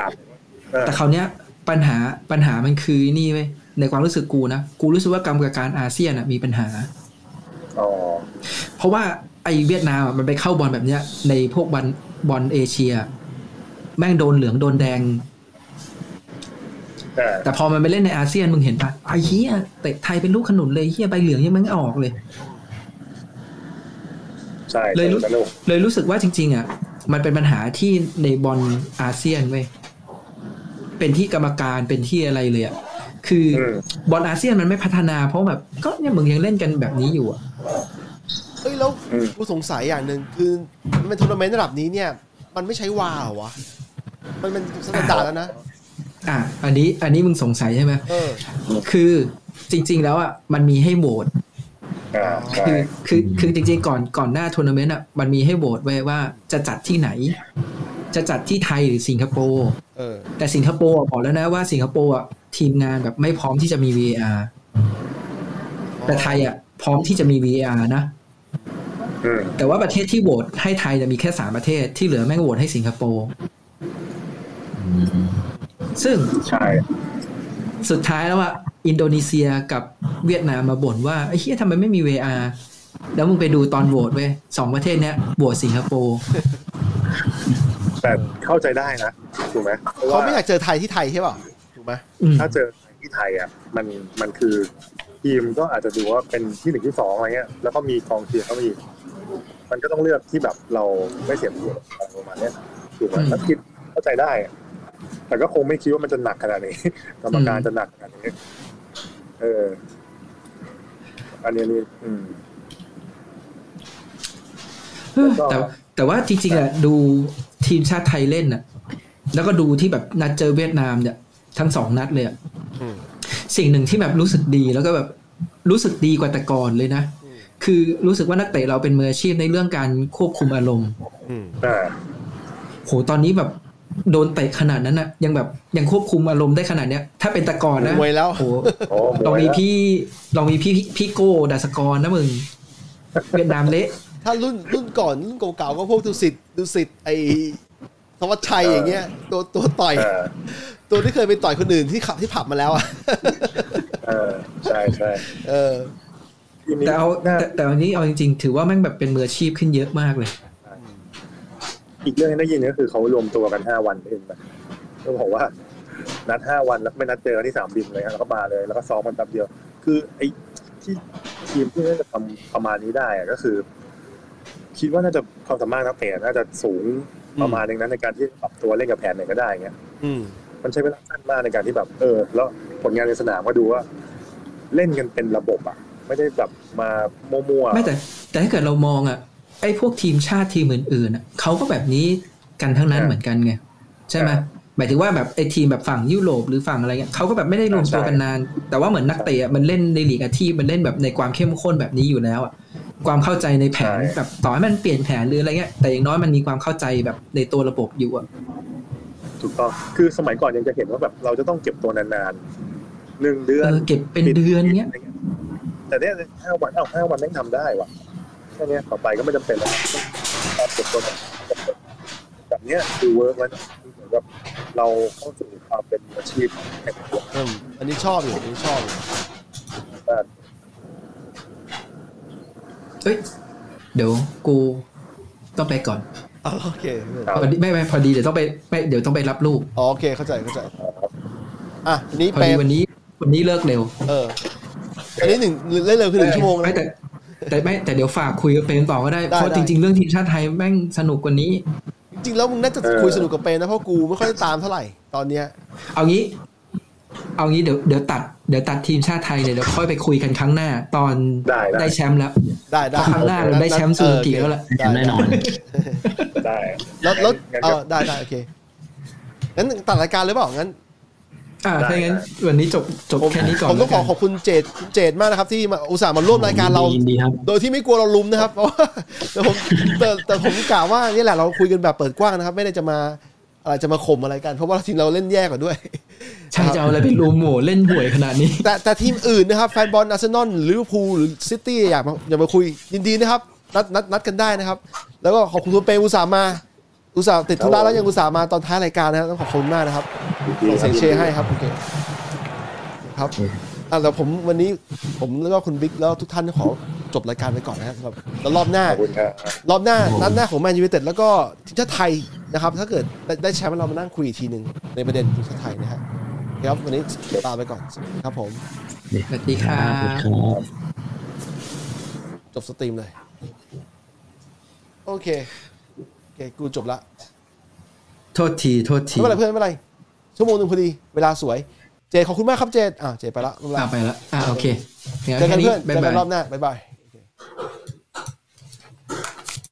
S4: เออ
S2: แต่คราวเนี้ยปัญหาปัญหามันคือนี่เว้ยในความรู้สึกกูนะ กูรู้สึกว่ากรรมการอาเซียนอะมีปัญหา
S4: อ๋อ
S2: เพราะว่าไอเวียดนามอะมันไปเข้าบอลแบบเนี้ย ในพวกบอลบอลเอเชีย แม่งโดนเหลืองโดนแดง
S4: แต่
S2: แต่พอมันไปเล่นในอาเซียนมึงเห็นปะไอเฮียเตะไทยเป็นลูกขนุนเลยเฮียใบเหลืองยังไม่ออกเลย
S4: ใช่
S2: เลยรู้
S4: สนุก
S2: เลยรู้สึกว่าจริง ๆอ่ะมันเป็นปัญหาที่ในบอลอาเซียนเว้ยเป็นที่กรรมการเป็นที่อะไรเลยอ่ะคือ
S4: อื
S2: อ
S4: ม
S2: บอลอาเซียนมันไม่พัฒนา เพราะแบบก็เนี่ยมึงยังเล่นกันแบบนี้อยู่อ่ะ
S1: เอ้ยแล้ว
S4: อืม
S1: กูสงสัยอย่างหนึ่งคือมันเป็นทัวร์นาเมนต์ระดับนี้เนี่ย มันไม่ใช้วาเหรอวะ มันเป็นสแตนดาร์ดแล้วนะ
S2: อ่ะอันนี้อันนี้มึงสงสัยใช่ไหม
S1: เออ
S2: คือจริง ๆ แล้วอ่ะมันมีให้โหวต
S4: อ่าใช่
S2: คือคือคือจริงๆก่อนก่อนหน้าทัวร์นาเมนต์อ่ะมันมีให้โหวตไว้ว่าจะจัดที่ไหน จะจัดที่ไทยหรือสิงคโปร์
S1: เออ
S2: แต่สิงคโปร์อะบอกแล้วนะว่าสิงคโปร์อ่ะทีมงานแบบไม่พร้อมที่จะมี VR แต่ไทยอ่ะพร้อมที่จะมี VR นะ
S4: อืม
S2: แต่ว่าประเทศที่โหวตให้ไทยจะมีแค่สามประเทศที่เหลือแม่งโหวตให้สิงคโปร์ ซึ่ง
S4: ใช่
S2: สุดท้ายแล้วอ่ะอินโดนีเซียกับเวียดนามมาบ่นว่าไอ้เฮียทำไมไม่มี VR แล้วมึงไปดูตอนโหวตเว้ยสองประเทศเนี้ยโหวตสิงคโปร์
S4: แต่เข้าใจได้นะถูกไหมพระว่
S1: เขาไม่อยากเจอไทยที่ไทยใช่ป่ะถูกไหม
S2: อืม
S4: ถ้าเจอที่ไทยอ่ะมันมันคือทีมก็อาจจะดูว่าเป็นที่หนึ่งที่สองอะไรเงี้ยแล้วก็มีกองเชียร์เข้ามาอีกมันก็ต้องเลือกที่แบบเราไม่เสียประโยชน์อะไรประมาณเนี้ยถูกไหมถ้าคิดเข้าใจได้อะแต่ก็คงไม่คิดว่ามันจะหนักขนาดนี้ กรรมการจะหนักขนาดนี้เออ อันนี้นี่อืม
S2: แต่แต่ว่าจริงๆอ่ะดูทีมชาติไทยเล่นอ่ะ แล้วก็ดูที่แบบนัดเจอเวียดนามเนี่ยทั้งสองนัดเลยอะ
S1: อืม
S2: สิ่งหนึ่งที่แบบรู้สึกดีแล้วก็แบบรู้สึกดีกว่าแต่ก่อนเลยนะ
S1: อืม
S2: คือรู้สึกว่านักเตะเราเป็นมืออาชีพในเรื่องการควบคุมอารมณ์
S1: อืม
S4: อ่า
S2: โหตอนนี้แบบโดนเตะขนาดนั้นอ่ะ ยังแบบยังควบคุมอารมณ์ได้ขนาดเนี้ย ถ้าเป็นแต่ก่อนนะ
S1: มวยแล้ว
S2: โห
S4: โอ้
S2: เรา
S4: โห
S2: มีพี่เรามีพี่พี่โก้ดาสกรนะมึง เวียดนามเละ
S1: ถ้ารุ่นรุ่นก่อนรุ่นเก่าๆก็พวกดุสิตดุสิตไอธวัชชัยอย่างเงี้ยตัวตัวต่อย
S4: เออ
S1: ตัวที่เคยไปต่อยคนอื่นที่ขับที่ผับมาแล้วอ่ะ
S4: เออใช่ใช่
S1: เออ
S4: ทีมนี้
S2: แต่เอา
S4: น่า
S2: แต่แต่วันนี้เอาจริงๆ ถือว่าแม่งแบบเป็นมืออาชีพขึ้นเยอะมากเลย
S4: อีกเรื่องที่ได้ยินก็คือเขารวมตัวกันห้าวันเองนะก็บอกว่า นัดห้าวันแล้วไม่นัดเจอกันที่สนามบินเลยนะแล้วก็มาเลยแล้วก็ซ้อมกันแป๊บเดียว คือไอ้ที่ทีมที่น่าจะทำประมาณนี้ได้อะก็คือ คิดว่าน่าจะความสามารถนักเตะน่าจะสูงประมาณหนึงนะในการที่ปรับตัวเล่นกับแผนไหนก็ได้เงี้ย
S1: อืม
S4: มันใช้เวลาสั้นมากในการที่แบบ เออ แล้วผลงานในสนามก็ดูว่า เล่นกันเป็นระบบอ่ะ ไม่ได้แบบมามั่วๆ
S2: ไม่แต่ แต่ถ้าเกิดเรามองอ่ะไอ้พวกทีมชาติทีมอื่นๆอะเขาก็แบบนี้กันทั้งนั้นเหมือนกันไงใช่ไหมหมายถึงว่าแบบไอ้ทีมแบบฝั่งยุโรปหรือฝั่งอะไรเงี้ยเขาก็แบบไม่ได้รวมตัวกันนาน แต่ว่าเหมือนนักเตะอะมันเล่นในลีกอาชีพมันเล่นแบบในความเข้มข้นแบบนี้อยู่แล้วอ่ะความเข้าใจในแผนแบบต่อให้มันเปลี่ยนแผนหรืออะไรเงี้ยแต่อย่างน้อยมันมีความเข้าใจแบบในตัวระบบอยู่อ่ะ
S4: ถูกต้อง คือสมัยก่อนยังจะเห็นว่าแบบเราจะต้องเก็บตัวนานๆหนึ่งเดือน
S2: เออเก็บเป็นเดือนเนี้ย
S4: แต่เนี่ยห้าวันเอ้าห้าวันแม่งทำได้ว่ะแค่เนี้ยต่อไปก็ไม่จำเป็นแล้วการเก็บตัวแบบเนี้ยคือเวิร์กแล้วนะเหมือนแบบเราเข้าสู่ความเป็นมืออาชีพแข่งขัน
S1: อืมอันนี้ชอบอยู่อันนี้ชอบอยู่
S2: เอ้ยเดี๋ยวกูต้องไปก่อน
S1: อ๋อโอเคไม่เป็นไร
S2: พอดีไม่ไม่พอดีเดี๋ยวต้องไปไม่เดี๋ยวต้องไปรับลูก
S1: อ๋อโอเคเข้าใจเข้าใจ อ่ะทีนี้
S2: พอ
S1: เป็
S2: ดี
S1: น
S2: วันนี้วันนี้เลิกเร็ว
S1: เอออันนี้หนึ่งเล่นเร็วคือหนึ่งชั่วโมงนะ
S2: ไม่แต่แต่ไม่แต่เดี๋ยวฝากคุยกับเปรมต่อก็ได้
S1: ได้
S2: เพราะ
S1: ได้
S2: จริง ๆ เรื่องทีมชาติไทยแม่งสนุกกว่านี้
S1: จริงๆแล้วมึงน่าจะคุยสนุกกับเปนนะเพราะกูไม่ค่อยได้ตามเท่าไหร่ตอนเนี้ย
S2: เอางี้ เอางี้เดี๋ยวเดี๋ยวตัดเดี๋ยวตัดทีมชาติไทยเนี่ยเดี๋ยวค่อยไปคุยกันครั้งหน้า ตอน
S4: ได้ได้
S2: ได้แชมป์แล้ว
S1: ได้ได้
S2: เพราะครั้งหน้าเราได้แชมป์ซูซูกิแล้วล่ะ
S1: ได้ได้
S3: แน่นอน
S4: ได้
S1: แล้วแล้ว
S4: งั้น
S1: เอ
S4: ก็
S1: อได้ได้โอเคงั้นตัดรายการเลยเปล่างั้น
S2: อ่า
S4: ได้
S2: ถ้างั้น
S4: ได้
S2: วันนี้จบจบ
S1: ผม
S2: แค่นี้ก่อน
S1: ผมต้องขอ
S2: แล้ว
S1: ข
S2: กั
S1: อ
S2: น
S1: บคุณเจดคุณเจดมากนะครับ ที่มาอุตส่าห์มาร่วมรายการเรา
S3: ยินดีครับ
S1: โดยที่ไม่กลัวเราลุมนะครับ เพราะ [LAUGHS] ว่าแต่ผมแต่แต่ผมกล่าวว่านี่แหละเราคุยกันแบบเปิดกว้างนะครับ ไม่ได้จะมาอะไรจะมาข่มอะไรกัน เพราะว่าทีมเราเล่นแย่กว่าด้วย [LAUGHS]
S2: ใช่จะเอาอะไรไปรูมโหมเล่นหวยขนาดนี้
S1: แต่แต่ทีมอื่นนะครับแฟนบอลอาร์เซนอลลิเวอร์พูลหรือซิตี้อยากมาอยากมาคุยยินดีนะครับ นัดนัดนัดกันได้นะครับ แล้วก็ขอบคุณคุณเปรมอุตส่าห์มา อุตส่าห์ติดธุระแล้วยังอุตส่าห์มาตอนท้ายรายการนะครับต้องขอบคุณมากนะครับส่งเสียงเชียร์ให้ครับโอเคครับอ่ะแต่ผมวันนี้ผมแล้วก็คุณบิ๊กแล้วทุกท่านขอจบรายการไปก่อนนะครับแล้วรอบหน้า
S4: ขอบคุณครับ
S1: รอบหน้านัดหน้าของแมนยูไนเต็ดแล้วก็ทีมชาติไทยนะครับ ถ้าเกิดได้ได้แชมป์เรามานั่งคุยอีกทีหนึ่งในประเด็นทีมชาติไทยนะฮะโอเคครับวันนี้ลาไปก่อนสวัสดีครับผม
S2: สวัสดีครั
S3: ขอบคุณ
S2: บ
S3: ครับ
S1: จบสตรีมเลย โอเค โอเค กูจบละ
S2: โทษทีโทษที
S1: ไม่เป็นไรเพื่อนไม่เป็นไร ชั่วโมงหนึ่งพอดี เวลาสวย เจขอบคุณมากครับเจอ่าเจไปละไม่เป็นไร
S2: อ่าไปละอ่าโอเคงั้น
S1: เจอกัน
S2: แค่
S1: เพื่อนเจอกับ
S2: บ๊ายาย
S1: นรอบหน้า บ๊ายบาย